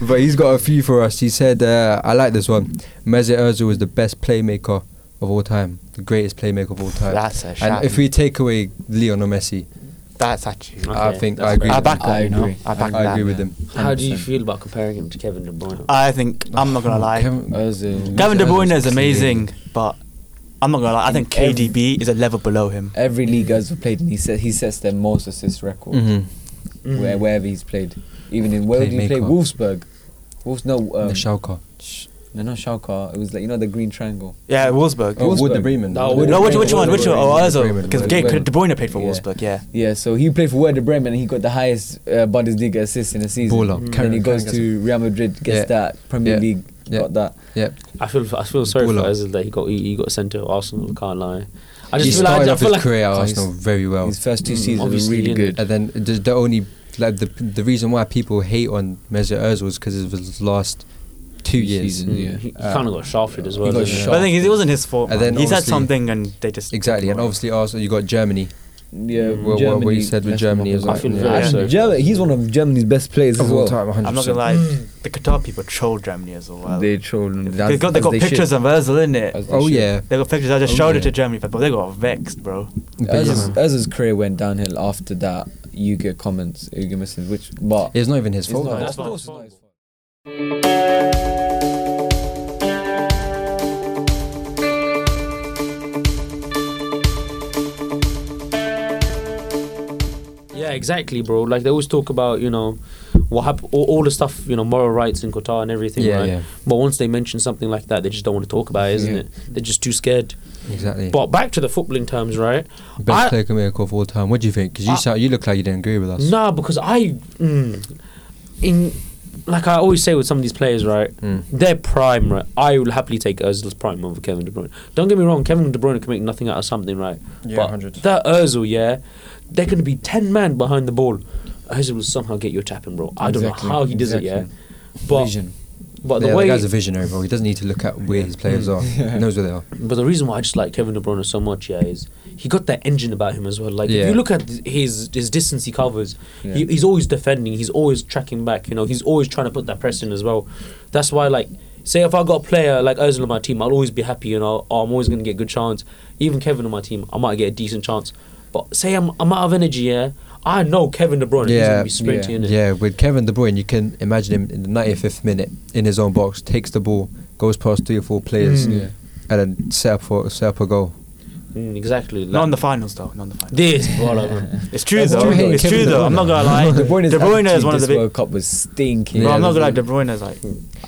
but he's got a few for us. He said, uh, I like this one. Mesut Ozil is the best playmaker of all time. The greatest playmaker of all time. That's a shout. and if we take away Lionel Messi, That's actually. I Okay, think that's I agree. fair. I With him. back that. I you know? agree. I back I that. agree with him. How do you 100%. feel about comparing him to Kevin De Bruyne? I think I'm not gonna lie. Kevin, Kevin, Ozil. De Bruyne is Ozil's amazing, but I'm not gonna lie. I think every- KDB is a level below him. Every league Ozil played, and he said he sets their most assist record Mhm. where wherever he's played. Even in where did he play? Playmaker. Wolfsburg. Wolfs no. Um, the Schalke. Sh- no, not Schalke. It was like you know the green triangle. Yeah, Wolfsburg. Oh, Wood the Wolfsburg. Bremen. No, no, which, Bremen, which one? Which one? Oh, Werder Ozil. Bremen, Because Werder Gay- Bremen. De Bruyne played for Yeah. Wolfsburg. Yeah. Yeah, so he played for Werder Bremen and he got the highest uh, Bundesliga assist in a season. Baller. And Karen- then he goes Karen to Real Madrid, gets Yeah. that Premier Yeah. League, Yeah. got that. Yep. I feel I feel sorry Buller. for Ozil that he got he, he got sent to Arsenal. Can't lie. I he just feel like started I off his feel like career at Oh, he's- Arsenal very well. His first two Mm, seasons were obviously, really yeah. good. And then the, the only like the the reason why people hate on Mesut Ozil is because it was his last two years. Season, Mm, yeah. he, kind of got shafted as he well. got didn't he? shafted. But I think it wasn't his fault. And man. then He said obviously- something and they just Exactly, and obviously Arsenal. You got Germany, yeah, Mm. Well, well, what you said with that's Germany another is I like feel yeah. very And sorry. Ger- he's one of Germany's best players as of all well. time. 100%. I'm not gonna lie, the Qatar people troll Germany as well. They troll. they got, they got pictures of Özil in it. Oh yeah, They got pictures. I just Oh, showed it yeah. to Germany people. They got vexed, bro. but Özil's, yeah. Özil's career went downhill after that. You get comments, you get messages, which but it's not even his it's fault. not- man. that's of not course his it's not fault. his fault. Yeah, exactly, bro. Like they always talk about, you know, what happened, all, all the stuff, you know, moral rights in Qatar and everything, Yeah, right? yeah. But once they mention something like that, they just don't want to talk about it, isn't Yeah. it? They're just too scared. Exactly. But back to the footballing terms, right? Best I- player Kamiko of all time. What do you think? Because you I- sound, you look like you didn't agree with us. Nah, because I, mm, in, like I always say with some of these players, right? Mm. Their prime, right? I will happily take Özil's prime over Kevin De Bruyne. Don't get me wrong, Kevin De Bruyne can make nothing out of something, right? Yeah, 100. That Özil, yeah, they're going to be ten man behind the ball. Özil will somehow get your tapping, bro. I don't Exactly, know how he does it, exactly. yeah. But Vision. but yeah, the way, Mm. the guy's a visionary, bro. He doesn't need to look at where his players are. He knows where they are. but the reason why I just like Kevin De Bruyne so much, yeah, is he got that engine about him as well. Like Yeah. if you look at his his distance he covers, he, Yeah. he's always defending, he's always tracking back. You know, he's always trying to put that press in as well. That's why, like, say if I got a player like Ozil on my team, I'll always be happy. You know, oh, I'm always gonna get a good chance. Even Kevin on my team, I might get a decent chance. But say I'm I'm out of energy, yeah. I know Kevin De Bruyne, he's Yeah, gonna be sprinting. and- Yeah, with Kevin De Bruyne, you can imagine him in the 95th minute in his own box, takes the ball, goes past three or four players, Mm. Yeah. and then set up for set up a goal. Mm, exactly. Not in the like- finals though. Not in the finals. this, brother. man. It's true That's though. true, hey, It's Kevin true De though. I'm Bruyne. not gonna lie. De Bruyne is, De Bruyne is one of the this big. World Cup was stinking. Bro, I'm not Yeah, gonna lie. De Bruyne is like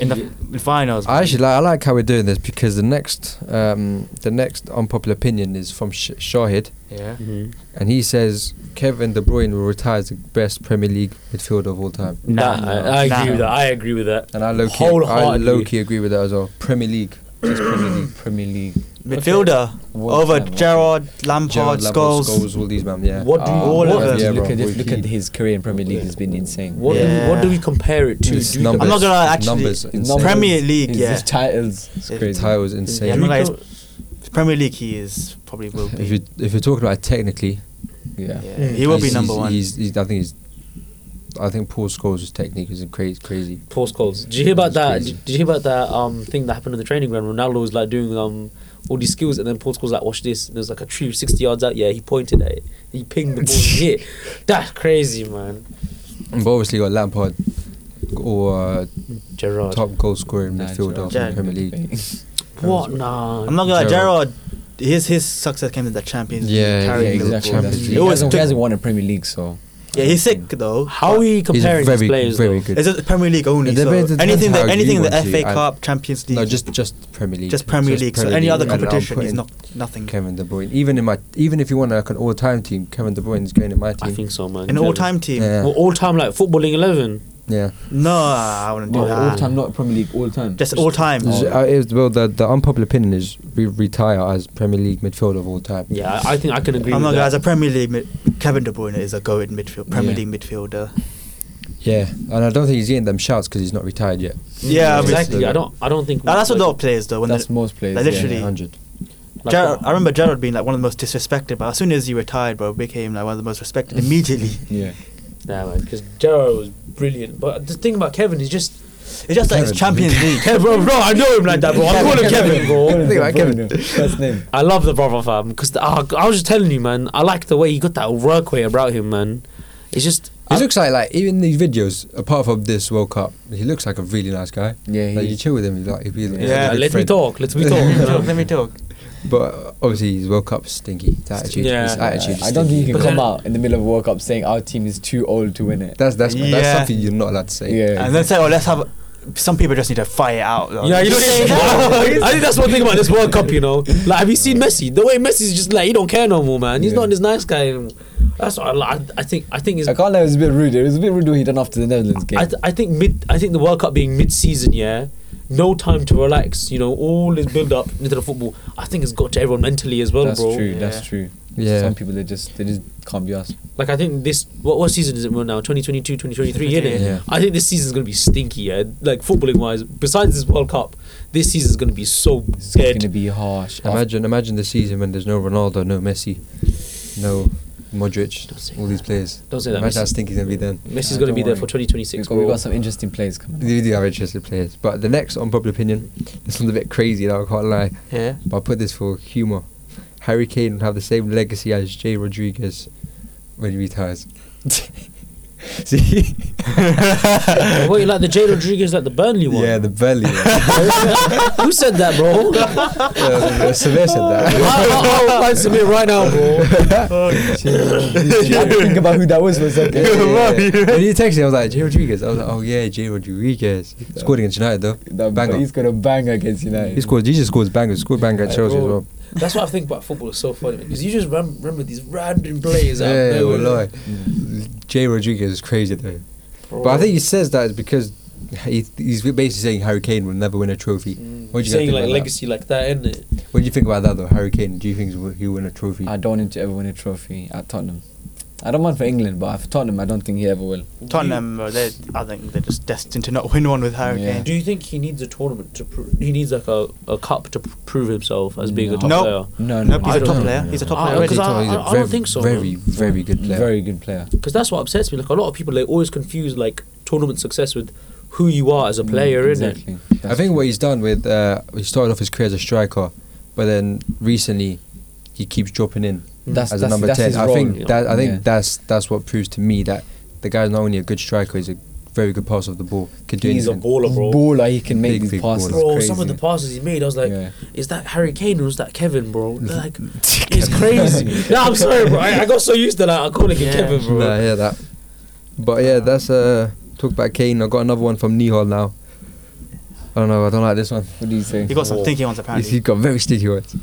in the in finals. I actually like, I like how we're doing this because the next um, the next unpopular opinion is from Sh- Shahid, Yeah. Mhm. and he says Kevin De Bruyne will retire as the best Premier League midfielder of all time. Nah, Nah, I, I agree nah. with that. I agree with that. And I low key, I Wholeheartedly. low key agree with that as well. Premier League, Just Premier League, Premier League. Midfielder World over time, Gerard, Lampard, Gerrard, Lampard, Scholes. Scholes, all these man. Yeah. What do you, Ah, all what of is- us? Yeah, look bro, at this, we look at keep- his career in Premier League has been insane. What, do we, Yeah. what do we compare it to? It's Do you numbers. I'm not gonna lie, actually. Numbers, His insane. Premier League, his, yeah. his titles, it's His crazy. Tie was Yeah, insane. I'm not gonna lie, Nico- it's- Premier League, he is probably will If be. you if you're talking about technically, Yeah. Yeah, He will he's- be number he's- one. He's, he's, I think he's. I think Paul Scholes' technique is crazy. Crazy. Pause calls. Did you hear about That's that? crazy. Did you hear about that um thing that happened in the training ground? Ronaldo was like doing um all these skills, and then Paul Scholes like, watch this. And there was like a tree sixty yards out. Yeah, he pointed at it. He pinged the ball and hit. That's crazy, man. But obviously, you got Lampard or uh, Gerard. top goal scorer in Nah, midfielder of the Gerrard. Premier League. What? Nah. I'm not gonna lie, Gerrard. Gerard. His his success came in the Champions League. Yeah, Yeah, Carrying carrying exactly. Liverpool. Champions That's- League. He It was hasn't, he took- hasn't won a Premier League, so Yeah, he's sick though. How are you He's comparing very, these players? very though? good. Is it Premier League only? It So depends- it anything, depends that, how anything you the want to. FA I- Cup, Champions League, No, just just Premier League. just Premier Just League. so Premier any League. other And I'll competition, put he's in not nothing. Kevin De Bruyne. Even in my, even if you want like an all-time team, Kevin De Bruyne is going in my team. I think so, man. An Kevin. all-time team? Yeah. Well, all-time like footballing eleven. yeah. No, I wouldn't do Well, that. all time, not Premier League, all time. ah. Just all-time. Z- uh, is- well, the the unpopular opinion is we retire as Premier League midfielder of all time. Yeah, I, I think I can agree. I'm with not that. guys. A Premier League mid- Kevin De Bruyne is a goated midfield Premier Yeah. League midfielder. Yeah, and I don't think he's getting them shouts because he's not retired yet. Yeah, exactly. obviously. I don't. I don't think. Now, that's what the like- other players though. When That's they- most players. like, yeah. literally. Hundred. like, Gerrard- I remember Gerard being like one of the most disrespected, but as soon as he retired, bro, became like one of the most respected immediately. Yeah. Nah, man, because Gerard was brilliant. But the thing about Kevin is just. It's just like it's Champions League. Hey, bro, bro, I know him like that, bro. I call him Kevin, bro. Kevin, like Kevin. First name. I love the brother fam because uh, I was just telling you, man. I like the way he got that work way about him, man. It's just He looks like like even these videos, apart from this World Cup, he looks like a really nice guy. Yeah, he like, you is. chill with him, he's like he'd be like, Yeah, yeah. a good let me friend. talk. Let me talk. Let you me know? talk, Let me talk. But uh, obviously his World Cup stinky. His attitude, Yeah. his attitude. is I don't think stinky. you can But come then- out in the middle of a World Cup saying our team is too old to win it. That's that's that's Yeah. something you're not allowed to say. yeah. And then say, oh, let's have. Some people just need to fight it out. Though. Yeah, you know what I mean? I think that's one thing about this World Cup, you know. Like, have you seen Messi? The way Messi's just like he don't care no more, man. He's Yeah. not this nice guy anymore. That's what I, li- I think. I think it's. I can't lie, it was a bit rude. It was a bit rude what he done after the Netherlands game. I, th- I think mid. I think the World Cup being mid-season, yeah, no time to relax. You know, all this build-up into the football. I think it's got to everyone mentally as well, that's bro. true. Yeah. That's true. Yeah. Some people they just they just can't be asked. Like I think this what what season is it now? 2022, 2023, isn't it? Yeah. I think this season's gonna be stinky, yeah. Like footballing wise, besides this World Cup, this season's gonna be so It's dead. gonna be harsh. Imagine imagine the season when there's no Ronaldo, no Messi, no Modric, all these players. Don't say that, Imagine how Messi. stinky going to be then. Messi's Nah, got to don't be there worry. for We've 2026. got, we've bro. got some interesting players coming. They do have interested players. But the next unpopular opinion, this one's a bit crazy now, I can't lie. Yeah. But I put this for humour. Harry Kane will have the same legacy as Jay Rodriguez when he retires. See? what you like the Jay Rodriguez, like the Burnley one? Yeah, the belly. Who said that, bro? uh, Samir said that. I'll find Samir right now, bro. I think about who that was for a second. When he texted me, I was like, Jay Rodriguez. I was like, oh yeah, Jay Rodriguez. Scored against United though. That- Banger. He's got a banger against United. He scored, he just scores bangers. Scored banger at Chelsea as oh, well. That's what I think about football is so funny because you just rem- remember these random players out Yeah, there. well, Jay Rodriguez is crazy though. But I think he says that is because he, he's basically saying Harry Kane will never win a trophy. Mm. What do you Mm. guys saying think like about legacy like that, isn't it? That? What do you think about that though? Harry Kane, do you think he'll- he'll win a trophy? I don't want him to ever win a trophy at Tottenham. I don't mind for England, but for Tottenham, I don't think he ever will. Tottenham, uh, they, I think they're just destined to not win one with Harry Yeah. Kane. Do you think he needs a tournament to? Pr- He needs like a, a cup to prove himself as being a top No. player. No, no, Nope, he's a top player. He's a top I- player because already. I- he's a don't very, think so, Very, very good player. Very good player. Because that's what upsets me. Like a lot of people, they always confuse like tournament success with who you are Mm, as a player, innit? exactly. I think what he's done with uh, he started off his career as a striker, but then recently he keeps dropping in That's- as a that's- number that's ten. his I think role. that I think Yeah. that's that's what proves to me that the guy's not only a good striker, he's a very good passer of the ball. Can do He's a anything. baller, bro. Baller, he can make Big, these big passes. baller. Bro, crazy. some of the passes he made, I was like, Yeah. is that Harry Kane or is that Kevin, bro? Like, it's crazy. no, I'm sorry, bro. I, I got so used to that. I call it Yeah. Kevin, bro. Nah, I hear that. But yeah, that's uh talk about Kane. I got another one from Nihal now. I don't know. I don't like this one. What do you say? He got some Oh. thinking ones apparently. He's got very sticky ones.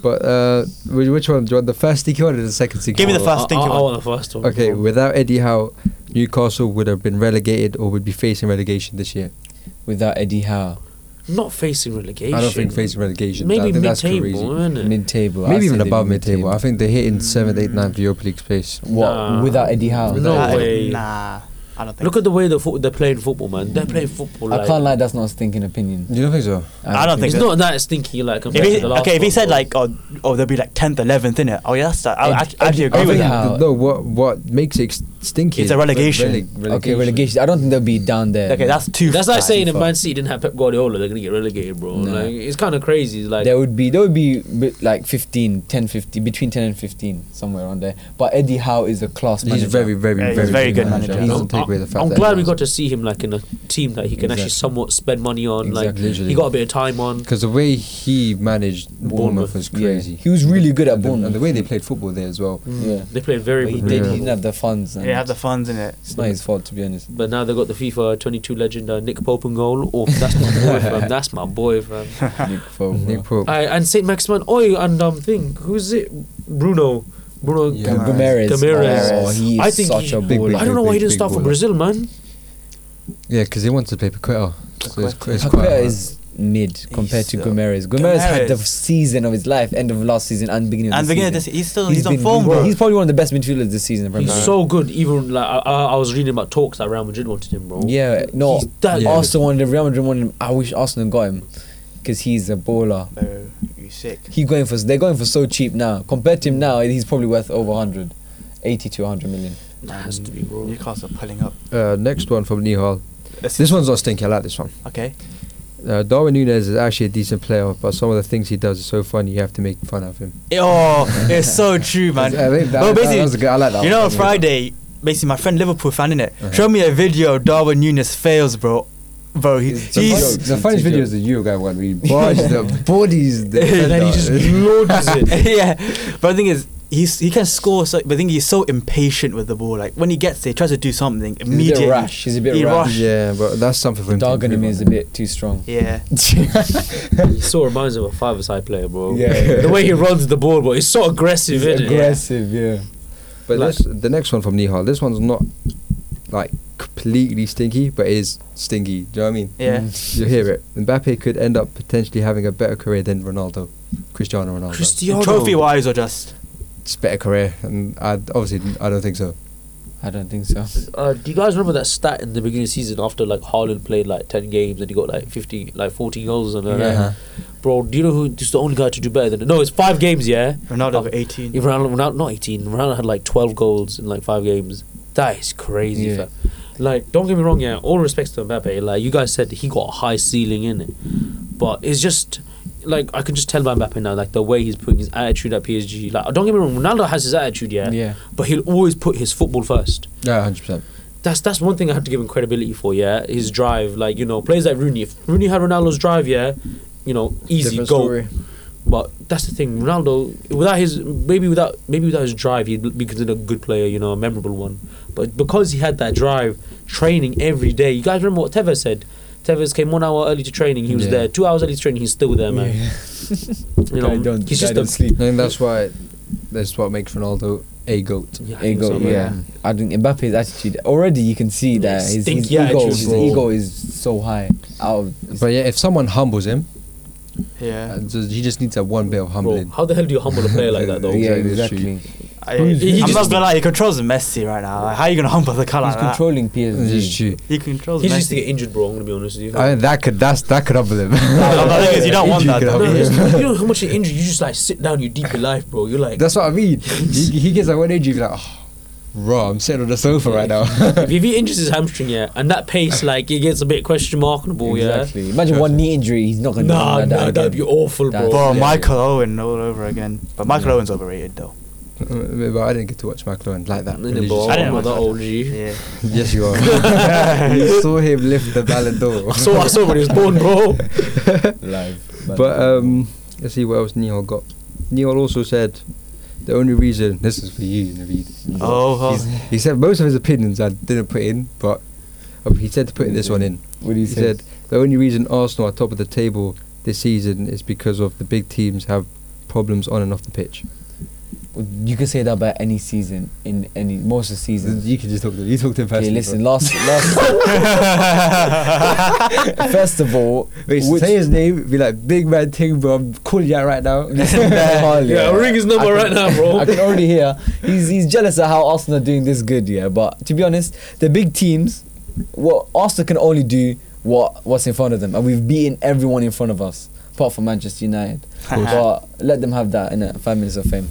But uh, which which one? Do you want the first sticky one or the second sticky Give me one? the first I- thing I, you I want. want the first one. Okay, bro. without Eddie Howe, Newcastle would have been relegated or would be facing relegation this year. Without Eddie Howe, not facing relegation. I don't think facing relegation. I Maybe think that's mid-table, eh? crazy. isn't it? mid-table. I'd Maybe say even they'd be above mid table. I think they're hitting seventh, eighth, ninth for Europa League space. What? Nah. Without Eddie Howe? No Nah, I- way. Nah, I don't think. Look at the way the fo- they're playing football, man. They're playing football. I like- can't lie, that's not a stinking opinion. You don't think so? I don't think It's that- not that stinky, like If compared he, to the last okay, if he one, said bro. like, oh, oh, they'll be like tenth, eleventh, innit? Oh yeah, that's that. I, I, Ed- I actually Ed- agree I with think- that. Howe. No, what what makes it stinky? is It's a relegation. Okay, relegation. I don't think they'll be down there. Okay, that's too. That's like fast. saying if Man City didn't have Pep Guardiola, they're gonna get relegated, bro. Nah. Like it's kind of crazy. Like There would be there would be bit like 15, 10, 15, between 10 and 15, somewhere around there. But Eddie Howe is a class He's manager. very, very, Yeah, he's very, very good manager. manager. He I'm, doesn't take away the fact I'm that glad we got to see him like in a team that he can Exactly. actually somewhat spend money on. Exactly. Like he Literally. got a bit of time on. because the way he managed Bournemouth Bournemouth, was Yeah, crazy. He was really good at And the- Bournemouth. and the way they played football there as Mm-hmm. well. yeah. Mm, They played very But he, good did, he football. didn't have the funds. And Yeah, have the funds in it. it's not his fault, to be honest. But now they got the FIFA 22 legend uh, Nick Pope and goal. Oh, that's my boy, fam. That's my boy, fam. Nick Pope. Nick Pope. Aye, and Saint Maximin. Oi, and um, thing who's it? Bruno. Bruno. Yeah. Gam- Gomeres. Gomeres. Oh, he is I think such he- a Big, baller. big, I don't know big, why he didn't big start for baller. Brazil, man. Yeah, because he wants to play Paqueta. So it's, it's quite Paqueta hard. is mid compared to He's, uh, Gomeres. Gomeres had the Gomeres. season of his life, end of last season and beginning of And this beginning, of this, season. he's still he's, on been- form, bro. He's probably one of the best midfielders this season. in Premier He's League. so good. Even like I, I, I was reading about talks that Real Madrid wanted him, bro. Yeah, no. He's that Yeah. Arsenal wanted him, Real Madrid wanted him. I wish Arsenal got him because he's a baller. Bro, you sick. He going for they're going for so cheap now. Compared to him now, he's probably worth over 100, 80 to 100 million. Nah, it has to be, bro. Newcastle pulling up. Uh, next one from Nihal. This This one's not stinky. I like this one. okay. Uh, Darwin Nunes is actually a decent player, but some of the things he does is so funny. You have to make fun of him. Oh, it's so true, man. I think that- Well, that- that was basically, good. I like that. you one. know, on Friday, basically, my friend Liverpool fan in it. Uh-huh. Show me a video of Darwin Nunes fails, bro. Bro, he, It's The, fun- he's the funniest video is the Uruguay one. We barge the bodies. The And then he just loads it. yeah, but the thing is, he's he can score. So, but the thing he's so impatient with the ball. Like when he gets there, he tries to do something He's a immediately. bit rash. He's a bit He rash. rushed. yeah, but that's something for him. to Dog on him improve is a bit too strong. Yeah, He so reminds me of a five-a-side player, bro. Yeah, yeah. the way he runs the ball, bro. He's so aggressive, He's isn't it? aggressive, yeah. But this, the next one from Nihal. This one's not like completely stinky, but it is stinky. Do you know what I mean? yeah. You hear it. Mbappe could end up potentially having a better career than Ronaldo, Cristiano Ronaldo. Cristiano. Trophy wise, or just It's a better career, and I obviously I don't think so. I don't think so. Uh, do you guys remember that stat in the beginning of the season after like Haaland played like ten games and he got like fifty, like fourteen goals and all that? Yeah. Bro, do you know who? Just the only guy to do better than no, it's five games. Yeah, Ronaldo Oh. got 18. If Ronaldo, Ronaldo not eighteen. Ronaldo had like twelve goals in like five games. That is crazy. Yeah. fam. Like, don't get me wrong. Yeah, all respects to Mbappe. Like you guys said, he got a high ceiling in it, but it's just like I can just tell by Mbappe now, like the way he's putting his attitude at PSG. Like, don't get me wrong. Ronaldo has his attitude, yeah, Yeah. but he'll always put his football first Yeah, hundred percent. that's that's one thing I have to give him credibility for. Yeah, his drive, like you know, players like Rooney. If Rooney had Ronaldo's drive, yeah, you know, easy Different goal. story. But that's the thing, Ronaldo. Without his maybe without maybe without his drive, he'd be considered a good player, you know, a memorable one. But because he had that drive, training every day. You guys remember what Tevez said? Tevez came one hour early to training. He was Yeah. there two hours early to training. He's still there, man. You know, Guy don't, he's guy just don't a sleep. I think that's why. That's what makes Ronaldo a goat. yeah, I think Ego, so, man. yeah. I think Mbappe's attitude already you can see that his, his Stinky ego, attitude, his bro. ego is so high. Out of, But yeah, if someone humbles him, Yeah. uh, just- he just needs that one bit of Bro, humbling. how the hell do you humble a player like that though? yeah, exactly, it's exactly. I, Who's- he- he I'm just- not gonna lie, he controls Messi right now. Like, how you gonna humble the car He's like that? controlling It's just PSG. true. he controls He just Messi. used to get injured, bro. I'm gonna be honest with you. I mean, that could that's that could humble him. No, but the thing is, you don't want that. No, Though. it's- you know how much you're injured. You just like sit down, you deep your life, bro. You're like, That's what I mean. He, he gets like one injury, he's like, oh, raw. I'm sitting on the sofa right now. if he injures his hamstring, yeah, and that pace, like, it gets a bit question markable, Exactly. Imagine one knee injury, he's not yeah. gonna do Nah, that nah, again. that'd be awful, That's- bro. Bro, Yeah, yeah. Michael Owen all over again. But Michael Owen's overrated though. but I didn't get to watch McLaren like that. Innit, bro? religiously. I I didn't didn't know watch that that. old G. Yeah. Yes, you are. you saw him lift the Ballon d'Or. I saw, I saw when he was born, bro. live. But um, let's see what else Nihal got. Nihal also said the only reason this is for you, Naveed. Oh, Uh-huh. oh. He's- He said most of his opinions I didn't put in, but uh, he said to put this one in. what do you He say? said the only reason Arsenal are top of the table this season is because of the big teams have problems on and off the pitch. You can say that about any season, in any most of the season. You can just talk to you talk to him Okay, personally. listen. Last, last. first of all, Wait, which- say his name, be like big man thing, bro. I'm calling you out right now. Hardly, Yeah, I'll ring his number I right now, bro. I can already hear he's he's jealous of how Arsenal are doing this good, yeah. But to be honest, the big teams, what Arsenal can only do what what's in front of them, and we've beaten everyone in front of us, apart from Manchester United. but let them have that in five minutes of fame.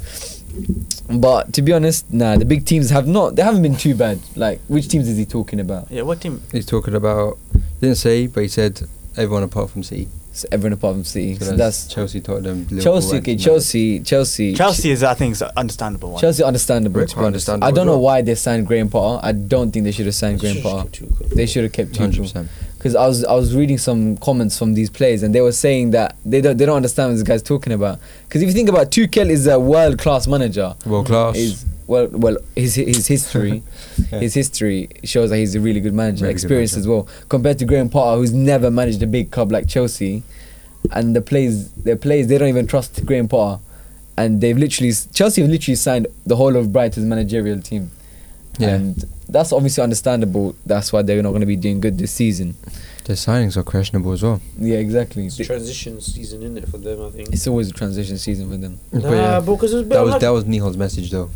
But to be honest, nah, the big teams have not. They haven't been too bad. Like, which teams is he talking about? yeah, what team? He's talking about didn't say, but he said everyone apart from City. So everyone apart from City. So So that's Chelsea, Tottenham, Liverpool, Chelsea. and Okay, Man- Chelsea, Chelsea, Chelsea is, I think, is an understandable one. Chelsea understandable. Graham To be Potter honest. understandable I don't as know well. why they signed Graham Potter. I don't think they should have signed Graham Potter. They should have kept hundred Tuchel. percent. Because I was I was reading some comments from these players and they were saying that they don't they don't understand what this guy's talking about. Because if you think about Tuchel is a world class manager. World class. Is well well his his history, his history shows that he's a really good manager, Very good experienced manager. as well. Compared to Graham Potter, who's never managed a big club like Chelsea, and the players their players they don't even trust Graham Potter, and they've literally Chelsea have literally signed the whole of Brighton's managerial team, Yeah. and that's obviously understandable. That's why they're not going to be doing good this season. Their signings are questionable as well. Yeah, exactly. It's transition season, isn't it, for them, I think? It's always a transition season for them. But yeah, Nah, bro, because it's that was like, that was Nihal's message though.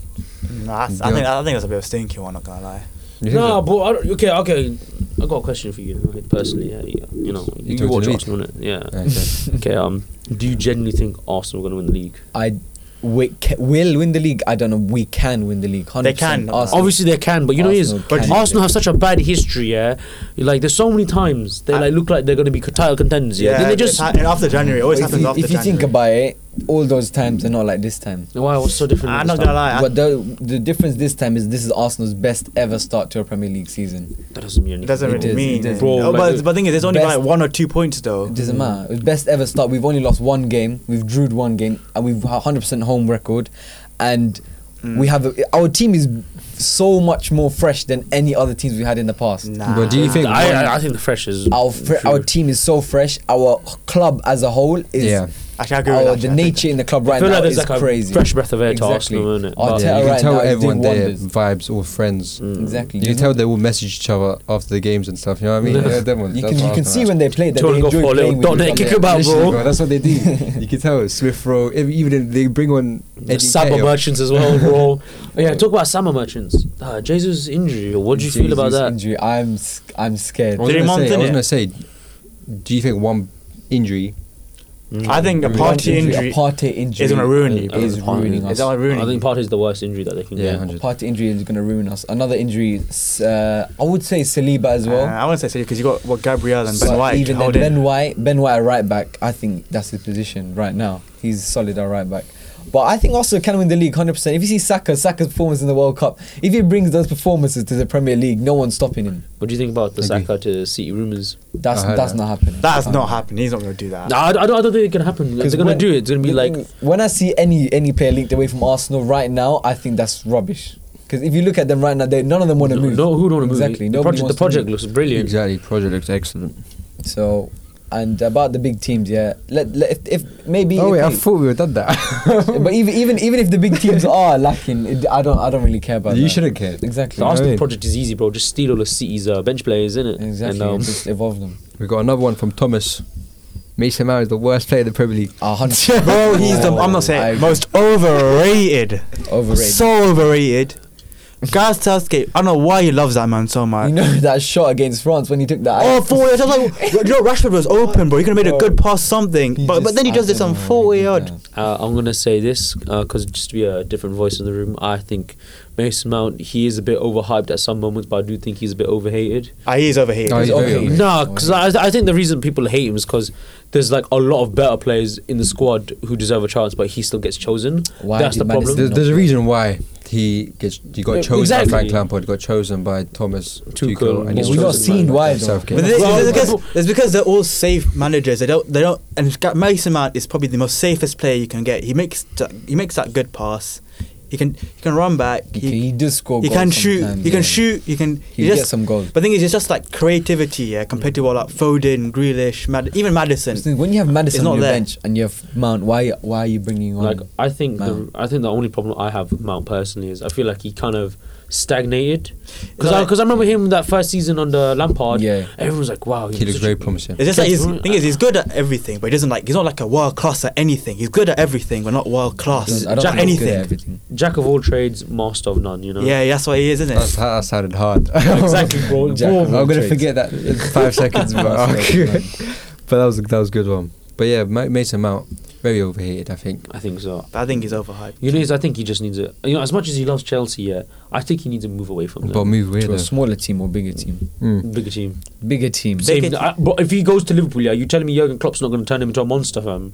Nah, that's, I think I think that's a bit of a stinky one. Not gonna lie. You think Nah, so? bro. I don't, okay, okay. I got a question for you okay, personally. Yeah, yeah, you know, You you, talk to watch me. Arsenal, innit? Yeah. Yeah, exactly. Okay. Um, do you genuinely think Arsenal are going to win the league? I we ca- will win the league. I don't know. We can win the league. 100%. They can. Arsenal. Obviously they can, but you know it is. Arsenal But can. Arsenal have such a bad history, yeah. Like there's so many times they like look like they're going to be title contenders. Yeah. Then they just and after January, it always But if happens you, after if you January. think about it, all those times are not like this time. why what's so different? I'm this Ah, not gonna time? lie. I- but the the difference this time is this is Arsenal's best ever start to a Premier League season. That doesn't mean anything. It doesn't It really is, mean. it is. Bro, Oh, like, but, but the thing is, there's only best- like one or two points though. It doesn't matter. It's best ever start. We've only lost one game. We've drewed one game, and we've a hundred percent home record, and we have a, our team is so much more fresh than any other teams we had in the past. Nah. But do you think I, I, I think the fresh is Our fre- our team is so fresh. Our club as a whole is. Yeah. Actually, I agree with Our, that, Oh, the actually, I think nature in the club I right feel now like there's is like a crazy. fresh breath of air to Exactly. Arsenal, isn't it? Arteta yeah, you right can tell now is everyone doing their wonders. vibes or friends. Exactly. Mm. You can tell they all message each other after the games and stuff. You know what I mean? Yeah. Yeah, them ones, You that's can, you what can I see was when they play that Do you they wanna go enjoy for a little playing with dot each net other. kick about, Literally, bro? bro, That's what they do. you can tell Smith Rowe. ev- Even if they bring on Eddie Summer Ketia. merchants as well, bro. Oh, yeah, talk about summer merchants. questions. Ah, Jesus' injury. What do you feel about Jesus that? Injury. I'm s- I'm scared. I was Three gonna months, say- I was innit? gonna say, do you think one injury? I think a One party injury. A party injury. is gonna ruin you. Is Party- ruining us. Is that ruining? I think part is the worst injury that they can Yeah, get. A hundred. party injury is gonna ruin us. Another injury. s- Uh, I would say Saliba as well. Uh, I wouldn't say so because you got what Gabriel and Ben But White Even then, holding. Ben White, Ben White at right back. I think that's his position right now. He's solid at right back. But I think Arsenal can win the league 100%. If you see Saka, Saka's performance in the World Cup, if he brings those performances to the Premier League, no one's stopping him. What do you think about the Agree. Saka to City rumours? That's I heard that's that. not happening. That's Um, not happening. He's not going to do that. No, I, I don't, I don't think it can happen. They're 'cause gonna when- do it. It's gonna be the like thing- when I see any any player linked away from Arsenal right now, I think that's rubbish. Because if you look at them right now, they none of them want to no, move. no, who don't want to Exactly. move? The Nobody project, the wants to project move. looks brilliant. Exactly. Project looks excellent. So, and about the big teams, yeah. Let, let if, if maybe. Oh if wait, I they- thought we were done that. but even even even if the big teams are lacking, it, I don't I don't really care about. You that. shouldn't care. Exactly. The Arsenal Right. project is easy, bro. Just steal all the City's uh, bench players, innit? Exactly. And, um, just evolve them. We got another one from Thomas. Mason Mount is the worst player in the Premier League. A hundred. Bro, he's the. I'm not I saying agree. most overrated. overrated. So overrated. Gareth Southgate. I don't know why he loves that man so much. you know that shot against France when he took that. Oh, four yards. I was like, you know, Rashford was open, bro. He could have made a good pass, something. He but but just- then he I does this don't on know why four he did yard. that. Uh, I'm gonna say this because just to be a different voice in the room, I think Mason Mount he is a bit overhyped at some moments, but I do think he's a bit overhated. Ah, he is overhated. Oh, he's It's very okay. overrated. No, because I, I think the reason people hate him is because there's like a lot of better players in the squad who deserve a chance, but he still gets chosen. Why That's did the Man problem. There's, there's a reason why he gets he got Yeah, chosen exactly. by Frank Lampard, got chosen by Thomas Tuchel. Tuchel, and But he's we've not chosen seen by why, though. Southgate. But this, Well, it's, well- because, it's because they're all safe managers. They don't. They don't. And Ga- Mason Mount is probably the most safest player you can get. He makes. th- He makes that good pass. He can. He can run back. He, can- he does score. he goals can shoot. sometimes, He can yeah. shoot. He can. He, He, just. gets some goals. But the thing is, it's just like creativity, yeah, compared to all like Foden, Grealish, Mad- even Madison. Just think, When you have Madison not on your there. bench and you have Mount, why why are you bringing on? Like I think the, Mount. I think the only problem I have with Mount personally is I feel like he kind of stagnated because Like- I, remember him that first season under Lampard. Yeah. everyone's like, wow, He looks such a- very promising. It's just like his Because- thing is he's good at everything, but he doesn't like he's not like a world class at anything. He's good at everything, but not world class I don't at think he's good at anything. everything. Jack of all trades, master of none. You know. Yeah, that's what he is, isn't That's, it? that sounded hard. exactly, bro. Jack Bro, of all I'm gonna trades. forget that in five seconds, but, but that was that was a good one. But yeah, Ma- Mason Mount very overhated, I think. I think so. But I think he's overhyped. You know, is I think he just needs a. You know, as much as he loves Chelsea, yeah, I think he needs to move away from But them. move weird. To though. a smaller team or bigger team, Mm. Bigger team. bigger team. Save, I, but if he goes to Liverpool, yeah, you telling me Jurgen Klopp's not going to turn him into a monster, fam?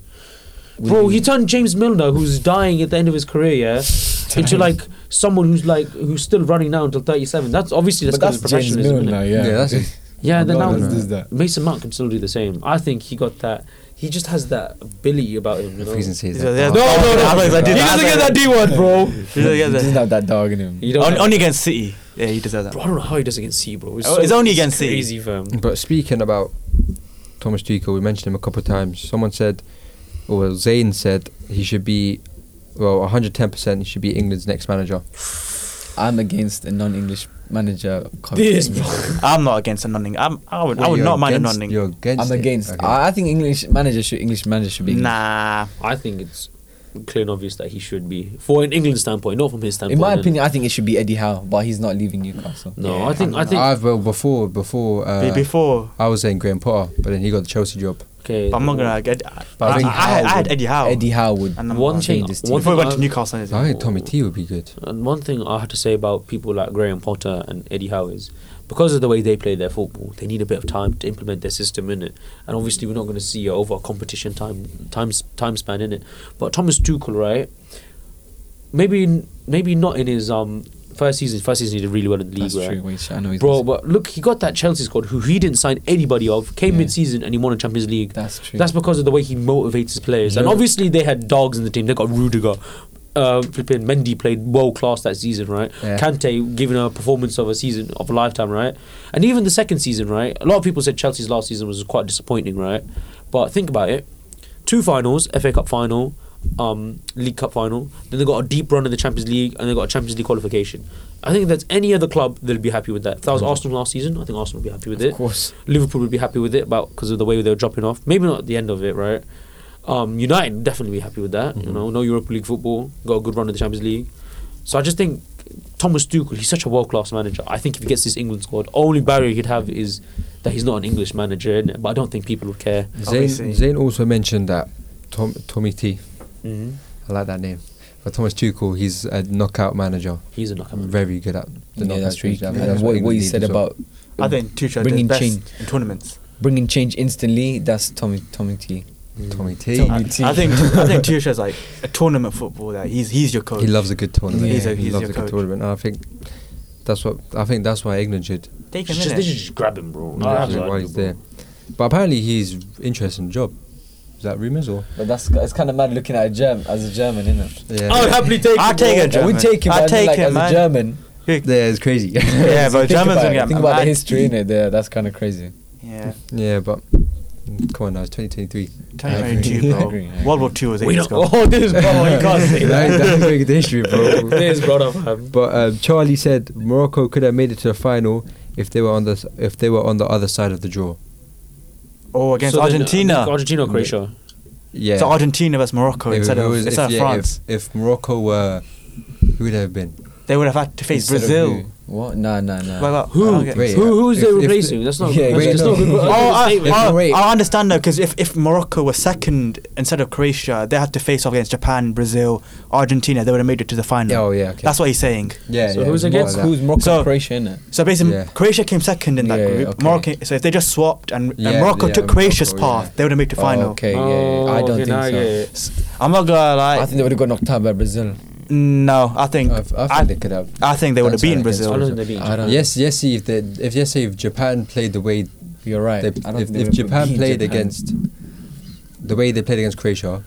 Bro, he turned James Milner, who's dying at the end of his career, yeah, into like someone who's like who's still running now until thirty-seven. That's obviously that's, but kind that's of James professionalism. isn't it? Milner, yeah. Yeah, that's it. Yeah, then now No, no, no. Does that. Mason Mount can still do the same. I think he got that. He just has that ability about him. You know? Reason says He's that. like, Oh, I was like, I did that. D word, bro. He doesn't He get doesn't that. have that dog in him. You don't On- know. Only against City. Yeah, he deserves that. Bro, I don't know how he doesn't get C, bro. Oh, it's only against City. crazy, fam. But speaking about Thomas Tuchel, we mentioned him a couple of times. Someone said, or well, Zayn said, he should be, well, 110%. He should be England's next manager. I'm against a non-English manager. coming This to England. I'm not against a non I'm I would I Wait, would you're Oh, not mind a against- non You're against. I'm it. against. Okay. I, I think English manager should English manager should be. English. Nah. I think it's clear and obvious that he should be, for an England standpoint, not from his standpoint. In my innit? opinion, I think it should be Eddie Howe, but he's not leaving Newcastle. no, Yeah, I think I I think I've well, before before Be- uh, Before, I was saying Graham Potter, but then he got the Chelsea job. okay. but I'm not gonna get. I, But I I, think had- I had Howard- Eddie Howe. Eddie Howe would. And One change thing- this one team. before he went to I- Newcastle. I isn't think Tommy T would be good. And one thing I have to say about people like Graham Potter and Eddie Howe is because of the way they play their football, they need a bit of time to implement their system in it. And obviously, we're not going to see a over competition time time time span in it. But Thomas Tuchel, right? Maybe maybe not in his um first season. First season he did really well in the league, That's right? true. Which I know he's Bro, but look, he got that Chelsea squad who he didn't sign anybody of, came Yeah. mid season and he won a Champions League. That's true. That's because of the way he motivates his players. And Yeah. obviously, they had dogs in the team. They got Rudiger. Uh, flipping Mendy played world class that season, right? Yeah. Kante giving a performance of a season of a lifetime, right? And even the second season, right? A lot of people said Chelsea's last season was quite disappointing, right? But think about it: two finals, FA Cup final, um, League Cup final. Then they got a deep run in the Champions League, and they got a Champions League qualification. I think if that's any other club, they'll be happy with that. If that was Arsenal last season, I think Arsenal would be happy with it. Mm-hmm. of course. Liverpool would be happy with it about because of the way they were dropping off. Maybe not at the end of it, right? Um, United Mm-hmm. would definitely be happy with that. You know, no Europa League football, got a good run in the Champions League. So I just think Thomas Tuchel, he's such a world class manager. I think if he gets this England squad, only barrier he'd have is that he's not an English manager, innit? but I don't think people would care. Zayn, Obviously. Zayn also mentioned that Tom, Tommy T. Mm-hmm. I like that name. But Thomas Tuchel, he's a knockout manager. He's a knockout. manager. Very good at the yeah, knockout that's true. stage. I think Yeah, that's what, what England you said need as well. about I think Tuchel Bringing did best change. in tournaments. bringing change instantly, that's Tommy Tommy T. Tommy T. Tommy I, I T. think I think Tuchel's like a tournament footballer. He's he's your coach. He loves a good tournament. He's a- he he's loves your a good coach. tournament. And I think that's what I think that's why England should. Take a Just, they minute. should just grab him, bro. that's why he's there. But apparently he's interested in the job. Is that rumours or? But that's it's kind of mad looking at a German as a German, isn't it? Yeah, Oh, I would happily take I'll him, take bro. a German. I would take him, I'd but I mean, take like, him, as man. a German. yeah, it's crazy. Yeah, but think Germans about gonna it, get Think about the mad. history in it. There, that's kind of crazy. Yeah, yeah, but come on now, it's 2023. agree. 2022, I bro. agree, I agree. World War Two was We ages don't. ago. Oh, this, bro. You can't say That- that. that's very good history, bro. this, bro. don't have- But um, Charlie said Morocco could have made it to the final if they were on the s- if they were on the other side of the draw. Oh, against So then, uh, Argentina. Argentina, or Croatia. Yeah. So Argentina versus Morocco If instead it of was- instead if, of yeah, France. If, if Morocco were, who would they have been? They would have had to face Instead of Brazil. who? What? Nah, nah, nah. Well, uh, well, I Who? don't get- Wait, who? Who is if- they if- replacing? that's not. Yeah, that's, wait, that's no. not good. Oh, Oh, I, statement. I- wait. I understand though, because if, if Morocco was second instead of Croatia, they had to face off against Japan, Brazil, Argentina. They would have made it to the final. Oh yeah. Okay. That's what he's saying. yeah. So yeah, who's more against like that. who's Morocco So- and Croatia in it? So basically, Yeah. Croatia came second in that Yeah, group. okay. Morocco, so if they just swapped and, and Yeah, Morocco yeah, took Croatia's Morocco, yeah. path, they would have made the final. Oh, okay, yeah, yeah, yeah. I don't okay, think now I so. get it. S- I'm not gonna lie. I think they would have got knocked out by Brazil. no, I think I, I, I think they could have. I think they would have That's what I beaten think. Brazil. I don't think they beat. I don't. Yes, yes. See if they, if yes, say if Japan played the way you're right. they, I don't if, think they if would've Japan beaten played Japan. against the way they played against Croatia,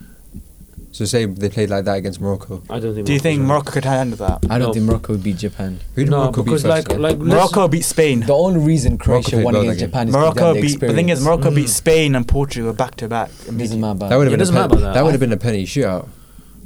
so say they played like that against Morocco, I don't think. Do you think Morocco's Morocco could handle that? I don't No. think Morocco would beat Japan. who did No, Morocco beat because first, like, yeah? like let's- Morocco beat Spain. The only reason Croatia played won well against that game. Japan is Morocco because beat. The thing is, Morocco Morocco beat Spain and Portugal back to back. doesn't matter. that would Yeah, have doesn't been a penalty. matter about That, that. would have been a penalty shootout.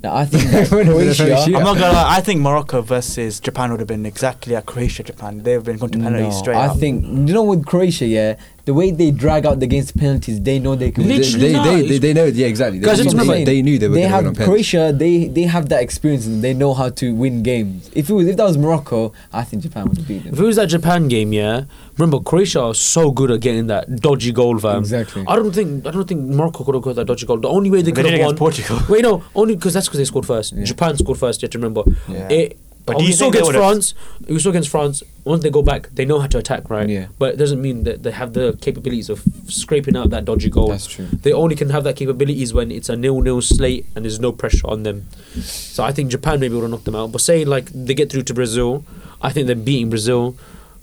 No, I think that Would've been a fair Croatia. shoot. I'm not gonna lie. I think Morocco versus Japan would have been exactly like Croatia Japan. They've been going to penalties No, straight I up. think you know with Croatia, yeah, the way they drag out the game's penalties, they know they can. They, Literally they, not. they, they, they know. Yeah, exactly. They, Guys, just they- remember- they knew they were They going to have win on penalty. Croatia. They they have that experience and they know how to win games. If it was if that was Morocco, I think Japan would have beat If them. it was that Japan game, yeah. Remember, Croatia are so good at getting that dodgy goal, fam. Exactly. I don't think I don't think Morocco could have got that dodgy goal. The only way they They could have did won against Portugal. Wait, no, only because that's because they scored first. Yeah. Japan scored first. You have to remember. Yeah. It, But but do you you saw think they against would've- France. You saw against France. Once they go back, they know how to attack, right? Yeah. But it doesn't mean that they have the capabilities of scraping out that dodgy goal. That's true. They only can have that capabilities when it's a nil-nil slate and there's no pressure on them. So I think Japan maybe would have knocked them out. But say like they get through to Brazil, I think they're beating Brazil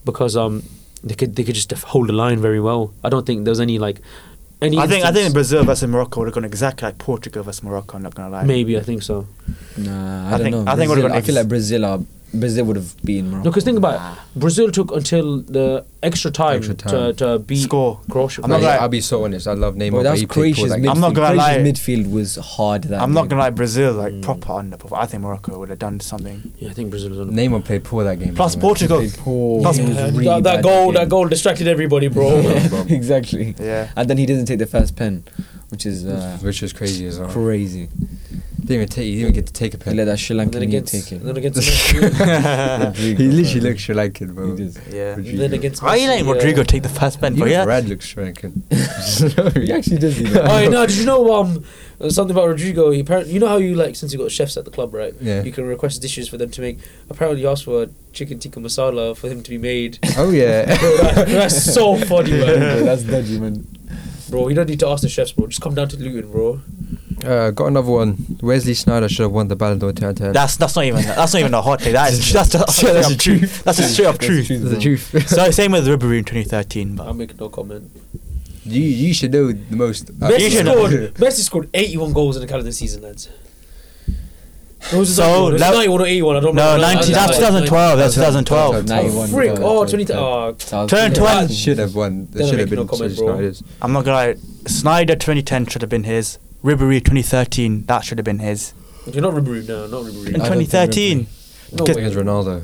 because um they could they could just def- hold the line very well. I don't think there was any like any. I think I think instance- Brazil versus Morocco would have gone exactly like Portugal versus Morocco. I'm not gonna lie. maybe I think so. Nah, I, I don't think- know. I think would've Brazil, got I feel ex- like Brazil are Brazil would have beaten Morocco. No, because think about it. Brazil took until the extra time, Extra To, time. to beat Score. Croatia. I'm not Like, gonna- I'll be so honest. I love Neymar. Bro, but that's he played poor Croatia's that midfield. game. I'm not gonna Croatia's lie. midfield was hard. That I'm not game. gonna lie. Brazil like proper underperform. I think Morocco would have done something. yeah, I think Brazil was on. Neymar played poor that game. Plus by the way. Portugal. Poor. Plus- It was Yeah, really bad game. goal distracted everybody, exactly. Yeah. And then he doesn't take the first pen, which is uh, which was crazy as well. crazy. Didn't even take. He didn't even get to take a He let penalty. that Sri and Lankan then lead against, take it. and then against, Messi, he literally looked Sri Lankan, bro. He did. Yeah. Rodrigo. and then against. Why are you letting Messi, uh, Rodrigo take the first pen? But Even yeah, Brad looks Sri Lankan. He actually does do Oh yeah, that. no! Did you know um something about Rodrigo? He apparently, you know how you like since you got chefs at the club, right? Yeah. You can request dishes for them to make. Apparently, you asked for chicken tikka masala for him to be made. Oh yeah. Bro, that- that's so funny, man. That's dodgy, man. Bro, you don't need to ask the chefs, bro. Just come down to Luton, bro. Uh, got another one. Wesley Snyder should have won the Ballon d'Or 2010. that's that's not even that's not even a hot take. That is that's that's, Yeah, that's that's, the truth. that's a straight up truth. That's the truth. so same with Ribery in 2013. I'll But make no comment. you you should know the most. Uh, you Messi should- scored. Messi scored 81 goals in the calendar season, lads. It was so, So, that- 91 or 81, I don't no, remember. 90, I- I- that's 2012. That's 2012. Nah, Oh, he won. frick. That Oh, was 20. Oh, South- Turn Yeah. to That- should have won. That Doesn't should have make been no comment, Wesley bro. Sneijder's. I'm not gonna lie. Snyder 2010 should have been his. Ribery 2013. That should have been his. you're not Ribery. No, not Ribery. In I don't think 2013, No Get- way. Against Ronaldo.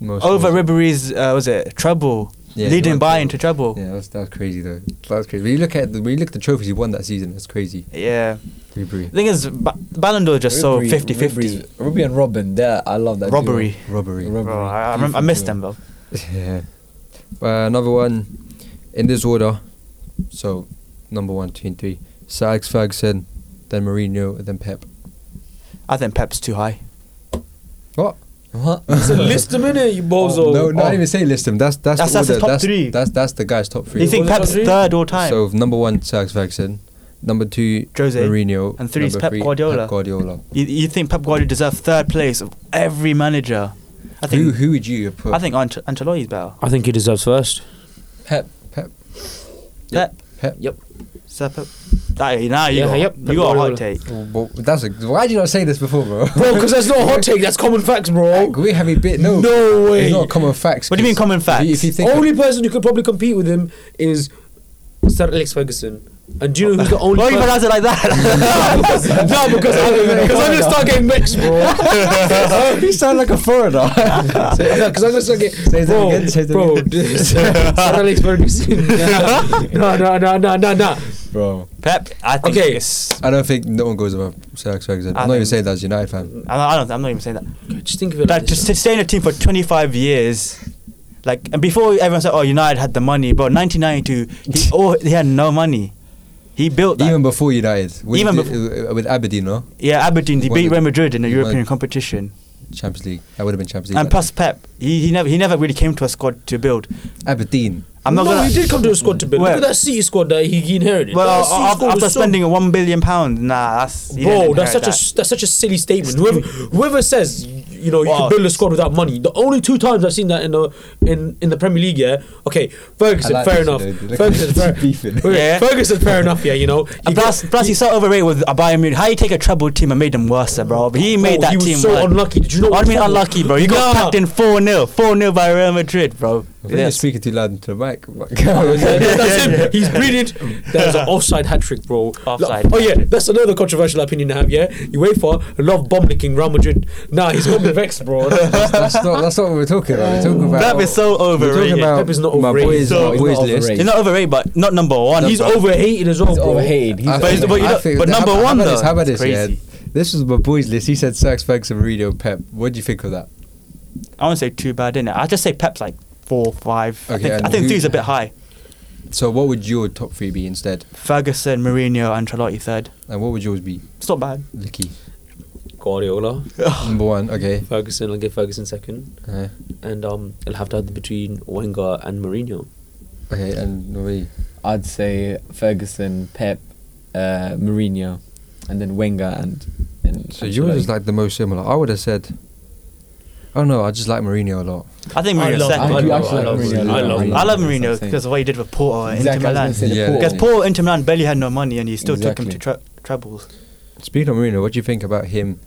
Most over Ribery's uh, was it treble? Yeah, he leading won Bayern trouble. to trouble. Yeah, that's that's crazy though. That's crazy. When you look at the, when you look at the trophies he won that season, that's crazy. yeah. Ribery, The thing is, ba- Ballon d'Or is just so 50 50. Ruby and Robin, there, I love that. duo. Robbery. robbery. Robbery. Bro, I, I, remember, I missed them, bro. Yeah. Uh, another one in this order. So number one, two, and three. Sags Ferguson, then Mourinho, and then Pep. I think Pep's too high. What? What? It's a list a minute, you bozo. no, not oh. even say list him. That's that's That's- the that's the order. top that's, three. That's that's the guy's top three. You think Was it Pep's Rodri? third all time? So number one, Sags Ferguson. Number two, Jose. Mourinho. And three is number Pep Guardiola. Pep Guardiola. you, you think Pep Guardiola deserves third place of every manager? I think who who would you put? I think Ance- Ancelotti's better. I think he deserves first. Pep. Pep. Pep. Is that Pep? That, now you Yeah, got, yep, Pep you got a Guardiola. hot take. oh, Well, that's a, why did you not say this before, bro? Bro, because that's not a hot take, that's common facts, bro. we have a bit. No, No way. It's not common facts. What do you mean 'cause common If you, if you facts? think only person who could probably compete with him is Sir Alex Ferguson. And do you know who's the only Why you person? pronounce it like that? no, because I'm, because I'm gonna start getting benched, bro. Oh, you sound like a foreigner. Because I'm gonna start getting Say that bro, again, say that bro. again. Sir Alex Ferguson. No, no, no, no, no, no. bro, Pep. I think Okay. it's. I don't think no one goes above Sir Alex Ferguson. I I'm not even think- saying that as a United fan. I don't, I don't, I'm not even saying that. Just think of it. Like Like to this, st- stay in a team for 25 years. Like and before everyone said, "Oh, United had the money," but 1992, he, oh, he had no money. He built that. Even before United, when Even he did- uh, with Aberdeen, no yeah, Aberdeen. They When beat did- Real Madrid in the when- European competition. Champions League. That would have been Champions League. And back plus Pep, he, he never he never really came to a squad to build. then. Aberdeen. I'm not no, gonna. he did come to a squad to build. Where? Look at that City squad that he he inherited. Well, that City af- squad after was so spending one billion pounds, nah, that's he Bro, didn't that's such inherit a s- that's such a silly statement. Whoever whoever says you know you Wow. can build a squad without money. The only two times I've seen that in the in, in the Premier League, yeah. Okay, Ferguson, I like fair this, you enough. know, they look Ferguson, like fair, beefing. wait, Yeah. Ferguson, fair enough. Yeah, you know. And plus, plus he's so overrated with uh, Bayern Munich. How you take a troubled team and made them worse, bro? He made Bro, Oh, that he was team. so worse. unlucky. Did you know I what mean, he- unlucky, bro. You got Nah. packed in four 0 four 0 by Real Madrid, bro. I think you're Yes. speaking too loud into the mic. that's him. He's brilliant. That was an offside hat trick, bro. Offside. Oh yeah, that's another controversial opinion I have. Yeah, you wait for a lot of bomb licking Real Madrid. Nah, he's gonna be vexed, bro. that's not that's not what we're talking about. We're talking about Pep is so we're overrated. talking about Pep is not my overrated. boys, So- my He's boys not list. overrated. He's not overrated, but not number one. he's bro. overhated as well, He's bro. overhated. He's I But think- it's- but you I know- think- but how number about- one, how about though, this, how about it's this? Yeah, crazy. this was my boys list. He said Sax, Ferguson, Mourinho, Pep. What do you think of that? I wouldn't say too bad, innit? I just say Pep's like four, five. Okay, I think, and I think who- three's a bit high. So, what would your top three be instead? Ferguson, Mourinho, Ancelotti third. And what would yours be, It's not bad. Licky? Guardiola, Number one, okay. Ferguson. I'll give Ferguson second, Uh, and um, it'll have to have between Wenger and Mourinho. okay, and Nori. I'd say Ferguson, Pep, uh, Mourinho, and then Wenger and. and So yours is like the most similar. I would have said. I don't know. I just like Mourinho a lot. I think I Mourinho's love- second. I do I actually love like Mourinho. Mourinho. a lot. I love I love That's what I'm Mourinho saying. because of what he did with Porto and Exactly, I Inter was gonna Milan. say the Yeah. Porto. Because Porto Inter Milan barely had no money and he still took him to Exactly. tra- troubles. Speaking of Mourinho, what do you think about him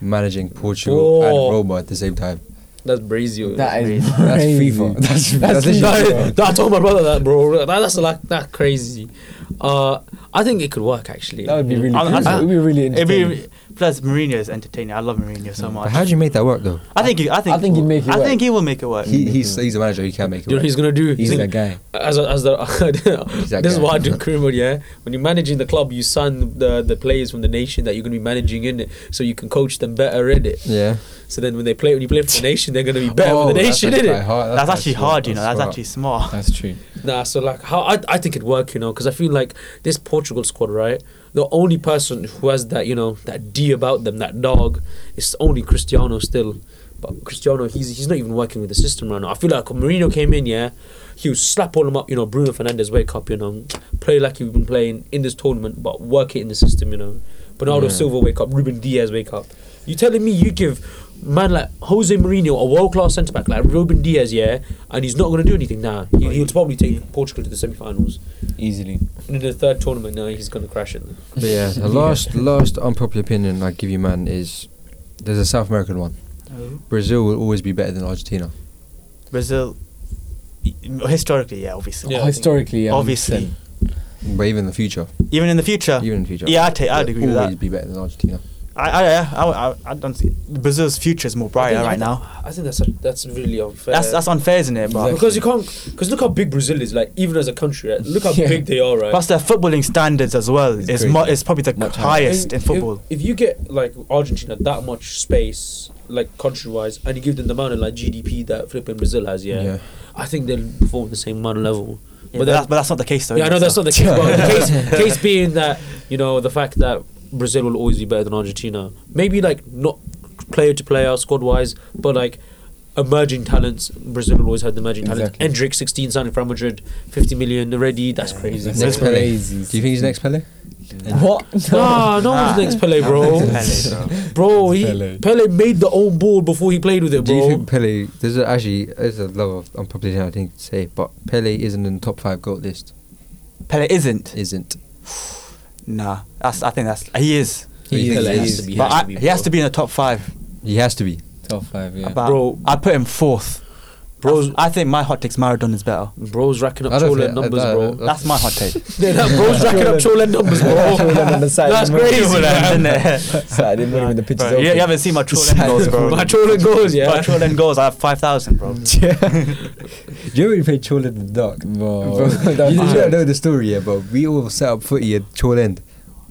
managing Portugal Oh. and Roma at the same time? That's Brazil. That is That's crazy. FIFA. That's That's that's, literally that, that, I told my brother that, bro. That, that's like that crazy. Uh, I think it could work actually. That would be really. I- I- cool. it would be really It'd interesting. be, plus Mourinho is entertaining. I love Mourinho so But much. how do you make that work though? I think he, I think I think he'd make it I work. think he will make it work. He, he's he's a manager. He can make it. You know what Work. he's gonna do? He's Think- that guy. As a, as the that this is guy. what I do in criminal, yeah. When you're managing the club, you sign the the players from the nation that you're gonna be managing in it, so you can coach them better in it. Yeah. So then when they play, when you play for the nation, they're gonna be better Oh, for the nation in it. Oh, that's, actually hard, you know. That's actually smart. That's true. Nah, so like how I, I think it'd work, you know, because I feel like this Portugal squad, right? The only person who has that, you know, that D about them, that dog, is only Cristiano still. But Cristiano, he's he's not even working with the system right now. I feel like when Mourinho came in, yeah, he would slap all them up, you know, Bruno Fernandez, wake up, you know, play like you've been playing in this tournament, but work it in the system, you know. Bernardo Silva, wake up. Ruben Diaz, wake up. You telling me you give man like Jose Mourinho, a world class centre back like Ruben Diaz, yeah, and he's not going to do anything now. He, he'll probably take Portugal to the semi-finals. Easily. And in the third tournament, now he's going to crash it. But yeah, the last last unpopular opinion I give you, man, is there's a South American one. Brazil will always be better than Argentina. Brazil, y- historically, yeah, obviously. Yeah. I think- Historically, yeah, 100%. Obviously. But even in the future, Even in the future. even in the future, Yeah, I'd, ta- I'd they'll agree with always that. be better than Argentina. I, I, I, I, I- I don't see Brazil's future is more brighter think- right now. I think that's that's really unfair. That's that's unfair, isn't it? But because you can't. Because look how big Brazil is. Like even as a country, right? look how big they are, right? plus their footballing standards as well It's is crazy. mo- is probably the Much higher. highest in if- football. If, you get like Argentina that much space, like country-wise, and you give them the amount of like GDP that flipping Brazil has, yeah, Yeah. I think they'll perform at the same amount of level. Yeah, but but, then- that's, but that's not the case though. yeah, I is know it? that's So- not the case. But the case, case being that you know the fact that Brazil will always be better than Argentina. Maybe like not player to player, squad wise, but like emerging talents. Brazil will always have the emerging talents. Exactly. Hendrick, sixteen, signing for Madrid, fifty million already. That's crazy. Next That's Pele. crazy. Do you think he's next Pele? What? Nah, no one's Nah. next Pele, bro. bro, he, Pele. Pele. made the own ball before he played with it, Do bro. you think Pele? There's a, actually there's a level of unpopular I think to say, but Pele isn't in the top five goat list. Pele isn't. Isn't. Nah, that's I think that's he is. He is, Pele he is. is. but I, he has to be in the top five. He has to be. Top five, yeah. But Bro. I put him fourth. Bro's- I think my hot take's Maradona is better. bro's racking I up don't Cholet think- numbers, I- I- bro. That's my hot take. Yeah, that bro's racking up Cholet numbers, bro. Cholet on the side, That's remember? crazy, man. Saturday morning when the pitch is Bro, open. you, you haven't seen my trolling goals, bro. My Cholet goals, My yeah. trolling goals. I have five thousand, bro. Do you ever play Chola in the dark? Bro. Bro, Oh. you That's don't mad. know the story yet, but we all set up footy at Chorland.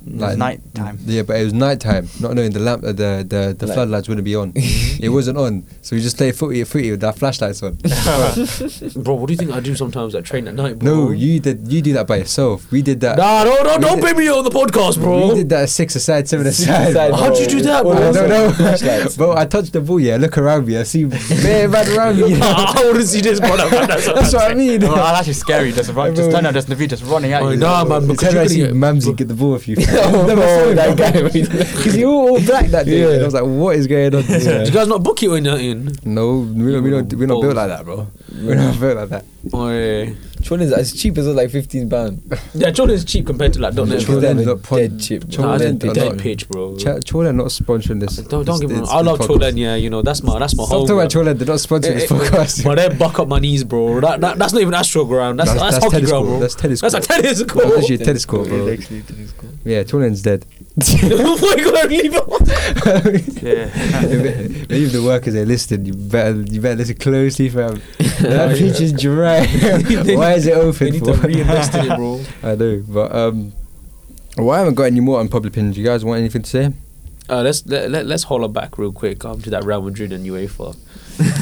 It's night time. Yeah, but it was night time, not knowing the lamp, uh, the the, the Like- floodlights wouldn't be on. it wasn't on, so we just played footy at footy with our flashlights on. Bro, what do you think I do sometimes? I train at night, bro. no, you did you do that by yourself. We did that. Nah, no, no, We don't did- pay me on the podcast, We bro. did that at six aside, seven Six aside. aside, How'd you do that, I bro? don't know, Flashlights. bro. I touched the ball. Yeah, look around me. I see bare man around me. I want to see this, bro. That's That's what I mean. Bro, that's actually scary. Just run, just turn out, just Naveed just running at you. Nah, man, Because because you you I could see get- Mamsie get the ball a few Oh, saw him. that guy. Because you all black that day. Yeah. And I was like, what is going on? Do you guys not book it or nothing? No, we don't, we don't, we're not built like that, bro. We're not built like that. Oh, yeah. Chola's as cheap as like fifteen pound. Yeah, Jordan's cheap compared to like, don't know. Jordan- Dead look, pod- cheap. Chol- Nah, I Jordan didn't be are dead not- pitch, bro. Ch- Chola not sponsoring this. Don't, don't this- give me this- I love this podcast. Cholen, yeah, you know, that's my that's my Stop home. talking about bro. Chola. They're not sponsoring this Eh, eh, podcast. But they're buck up my knees, bro. That, that, that's not even astro ground. That's, that's, hockey tennis ground, court. bro. That's tennis That's a court. tennis That's court. actually a tennis court, bro. Yeah, Cholan's dead. oh my god, leave it. Yeah. If- Even the workers they listed, you better you better listen closely, fam. Oh, That pitch is dry. Why is it They open? need for? to reinvest in it, bro. I know, but um, well, I haven't got any more unpopular opinions. You guys want anything to say? Uh, let's let, let, let's holler back real quick um, to that Real Madrid and UEFA.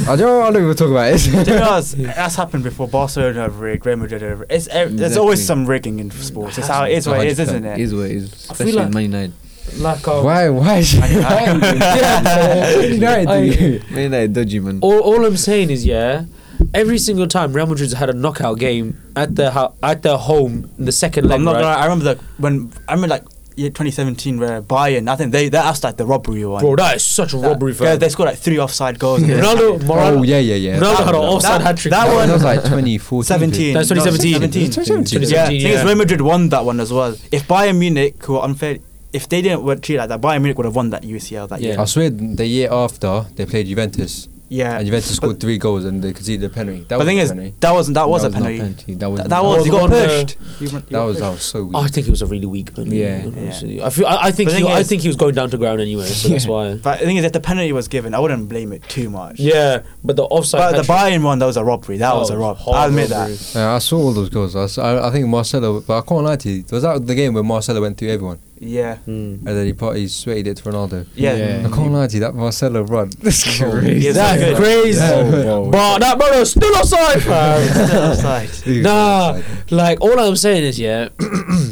I don't. I don't even talk about it. Because that's happened before. Barcelona have rigged, Real Madrid have rigged. It's, ev- There's Exactly. always some rigging in sports. It's how it is, what it is, isn't it? Oh. Is what it is. I feel Especially like- in Man United. Like um, why? Why? Is I- yeah, United. do you? Man United dodgy man. all, all I'm saying is yeah, every single time Real Madrid's had a knockout game at their ho- at their home in the second leg, I'm not right? gonna. I remember like when I remember like year 2017 where Bayern. I think they that's like the robbery one. Bro, that is such a That- robbery. yeah, fam. they scored like three offside goals. Ronaldo, Morata, Oh yeah, yeah, yeah. Ronaldo had an that, offside hat trick. that that one- one was like 2014. 17. That's 2017. It's 2017. Yeah, 2017, I think yeah. it's Real Madrid won that one as well. If Bayern Munich, who are unfair, if they didn't were treated like that, Bayern Munich would have won that UCL that I year. swear, the year after they played Juventus, Yeah. and Juventus But- scored three goals and they conceded a penalty. That But the was thing a is, penalty. that wasn't that was a not penalty. That was That, that was you That got was the one, pushed. You went- you that got was pushed. that was so weird. Oh, I think it was a really weak penalty. Yeah. honestly. I feel. I, I think. The He, thing I is- think he was going down to ground anyway, so that's why. But the thing is, if the penalty was given, I wouldn't blame it too much. Yeah, but the offside. Oh, but the Bayern one, that was a robbery. That was a rob. I admit that. Yeah, I saw all those goals. I, s- I- I think Marcelo, but I can't lie to you. Was that the game where Marcelo went through everyone Yeah. and then he put, he swayed it to Ronaldo? Yeah. I can't lie to you. That Marcelo run. That's He crazy. is so good. crazy. Oh, But that brother's still offside, fam. Still offside. nah, like all I'm saying is, yeah.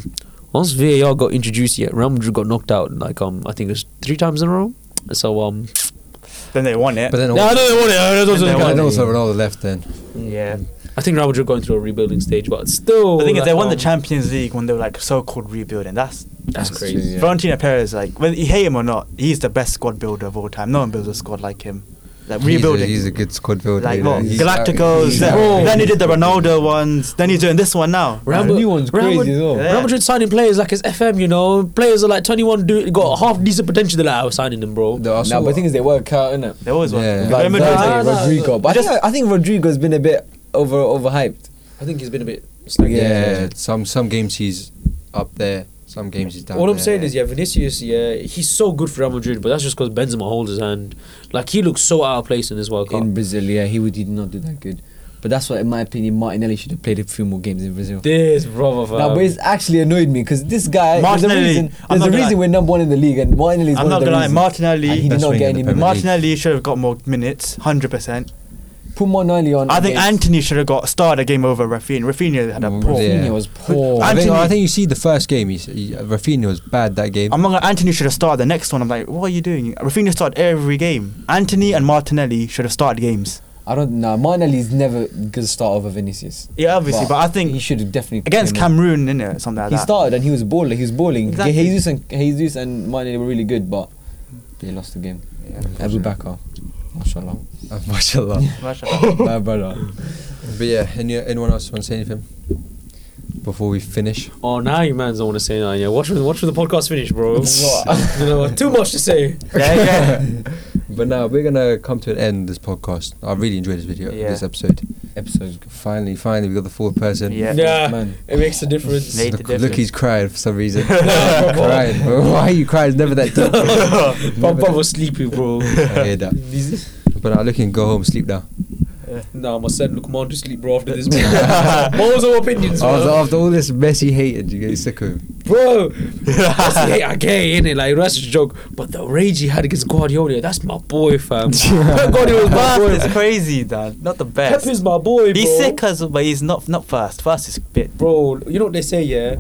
once VAR got introduced, yeah, Real Madrid got knocked out. Like um, I think it was three times in a row. So um, Then they won it. But then no, I don't want it. I don't And want they it. won. also, won. then also Ronaldo left then. yeah. I think Real Madrid going through a rebuilding stage, but still. The thing is, like, they won the um, Champions League when they were like so-called rebuilding. That's That's That's crazy. true, Yeah. Florentino Perez. Like whether you hate him or not, he's the best squad builder of all time. No one builds a squad like him. Like rebuilding. He's a, he's a good squad builder. like you know. what? He's- Galacticos. he's- then, Bro. then he did the Ronaldo ones. Then he's doing this one now. That Real- new one's Real- crazy as well. Yeah. Real Madrid signing players like it's FM, you know. Players are like 21, do, got half decent potential. They're like, I was signing them, bro. No, I saw- Nah, but the thing is, they work out, innit? They always won. Yeah. Like Real Madrid- Zante, nah, nah, Rodrigo. But I Just- think, I think Rodrigo's been a bit over overhyped. I think he's been a bit yeah, Yeah. some some games he's up there. Some games he's down. All I'm there, saying is, yeah, Vinicius, yeah, he's so good for Real Madrid, but that's just because Benzema holds his hand. Like he looks so out of place in this World Cup. in Brazil, yeah, he would he did not do that good. But that's why, in my opinion, Martinelli should have played a few more games in Brazil. this brother, Now, but it's actually annoyed me because this guy. There's a um, Martinelli, reason, I'm there's not a gonna reason lie. we're number one in the league, and Martinelli is I'm one not of the gonna lie, reasons. and he Martinelli. did Best not wing get in the any Premier minutes. Martinelli should have got more minutes, hundred percent. Put Martinelli on. I think against- Anthony should have got started a game over Rafinha. Rafinha had a Mm, poor. yeah. Rafinha was poor. I think, Anthony- I think you see the first game. He's, he, Rafinha was bad that game. I'm not gonna. Anthony should have started the next one. I'm like, what are you doing? Rafinha started every game. Anthony and Martinelli should have started games. I don't know. Martinelli's never gonna start over Vinicius. Yeah, obviously, but I think he should have definitely against came on. Cameroon, innit, something like He that. started and he was balling. He was balling. Exactly. Jesus and Jesus and Martinelli were really good, but they lost the game. Yeah, Abu Bakr, mashallah, Mashallah. my brother. But yeah, any, anyone else want to say anything before we finish? Oh, now you man's don't want to say that. Yeah, watch when watch when the podcast finish, bro. What? you know, too much to say. yeah, yeah. But now we're gonna come to an end of this podcast. I really enjoyed this video, Yeah. this episode. Episode. Finally, finally, we got the fourth person. Yeah. Yeah, Man. it makes a difference. Made the Look, look, difference. he's crying for some reason. crying. Why are you crying? It's never that deep. Papa was sleepy, bro. I hear that. But I look and go home, sleep now. nah, my son, look, on to sleep, bro. After this, bro. what was our opinions, bro? After, after all this messy hating, you get sick of him. bro. that's the I gay, innit? Like, that's a joke. But the rage he had against Guardiola, that's my boy, fam. Guardiola's my First boy. is crazy, Dan. Not the Pep best. is my boy, bro. He's sick, as but he's not not first. First is bit. Bro, you know what they say, yeah?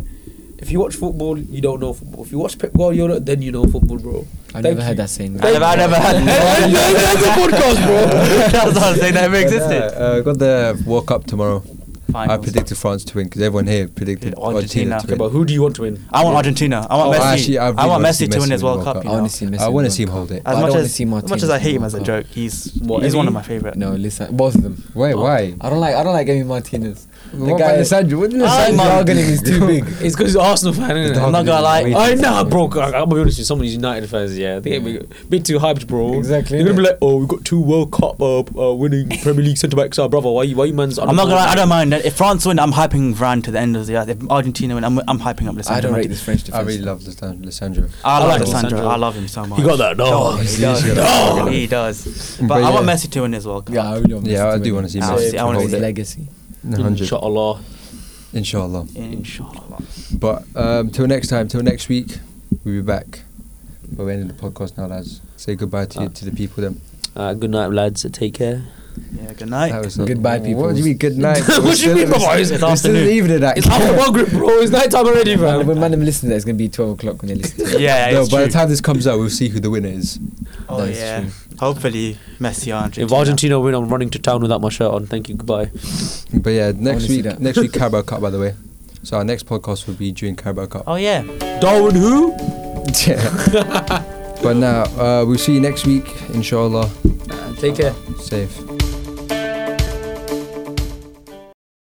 If you watch football, you don't know football. If you watch Pep Guardiola, then you know football, bro. I Thank never heard you. that saying. I never, I never had. That's a podcast, bro. That's what I'm saying. That never existed. Uh, uh, got the World Cup tomorrow. I Finals. predicted France to win because everyone here predicted Yeah, Argentina. Argentina, Okay, to win. But who do you want to win? I want Argentina. I want Oh, Messi. actually, I I, really want wanna see Messi to Messi win his World Cup. you I want know. to see Messi. I in want to World see him Cup. hold it. I As don't much wanna as, see as much Martinez as I in hate him World as a Cup. joke, he's What, he's one of Emi? my favorite. No, listen, both of them. Why? Why? I don't like. I don't like Emi Martinez. The What about guy Lissandro? What did I Lissandro- like Jargon him is too big. It's because he's an Arsenal fan, isn't I'm it? not gonna lie. I know, bro. I- I'll be honest with you. Some of these United fans, yeah, they get a bit- bit too hyped, bro. Exactly, They're gonna be innit? like, "Oh, we've got two World Cup uh, uh, winning Premier League centre backs, uh, brother. Why you, why you man's?" I'm not gonna. lie, I don't mind that. If France win, I'm hyping Varane to the end of the earth. If Argentina win, I'm, I'm hyping up Lissandro. I don't rate this French I defense. really love Lissan- Lissandro. I I like love Lissandro. Lissandro. I love him so much. Oh, You got that? No. He does. Lissandro. No. He does. But, But I want yeah. Messi to win his World Cup. Yeah, I really want. Yeah, I do want to see Ah, Messi. see, I wanna hold see it. legacy. 100. Mm, Inshallah. Inshallah. Inshallah. But um, till next time, till next week, we'll be back. But we're ending the podcast now, lads. Say goodbye to, you, to the people then. Uh, good night, lads. Take care. Yeah. Good night. That was not- Goodbye, people. What do you mean, good night? What We're do you still- mean, bro? we're It's still- we're still afternoon. evening that. It's after Maghrib, bro. It's night time already, Man, man. when man listen to that, it's gonna be twelve o'clock when they listen. Yeah. yeah no, it's by the true. time this comes out, we'll see who the winner is. Oh yeah. Hopefully Messi Argentina. If Argentina win, I'm running to town without my shirt on. Thank you. Goodbye. But yeah, next wanna see week, that. next week Carabao Cup, by the way. So our next podcast will be during Carabao Cup. Oh yeah. Darwin, who? Yeah. but now uh, we'll see you next week, inshallah. Take care. Safe.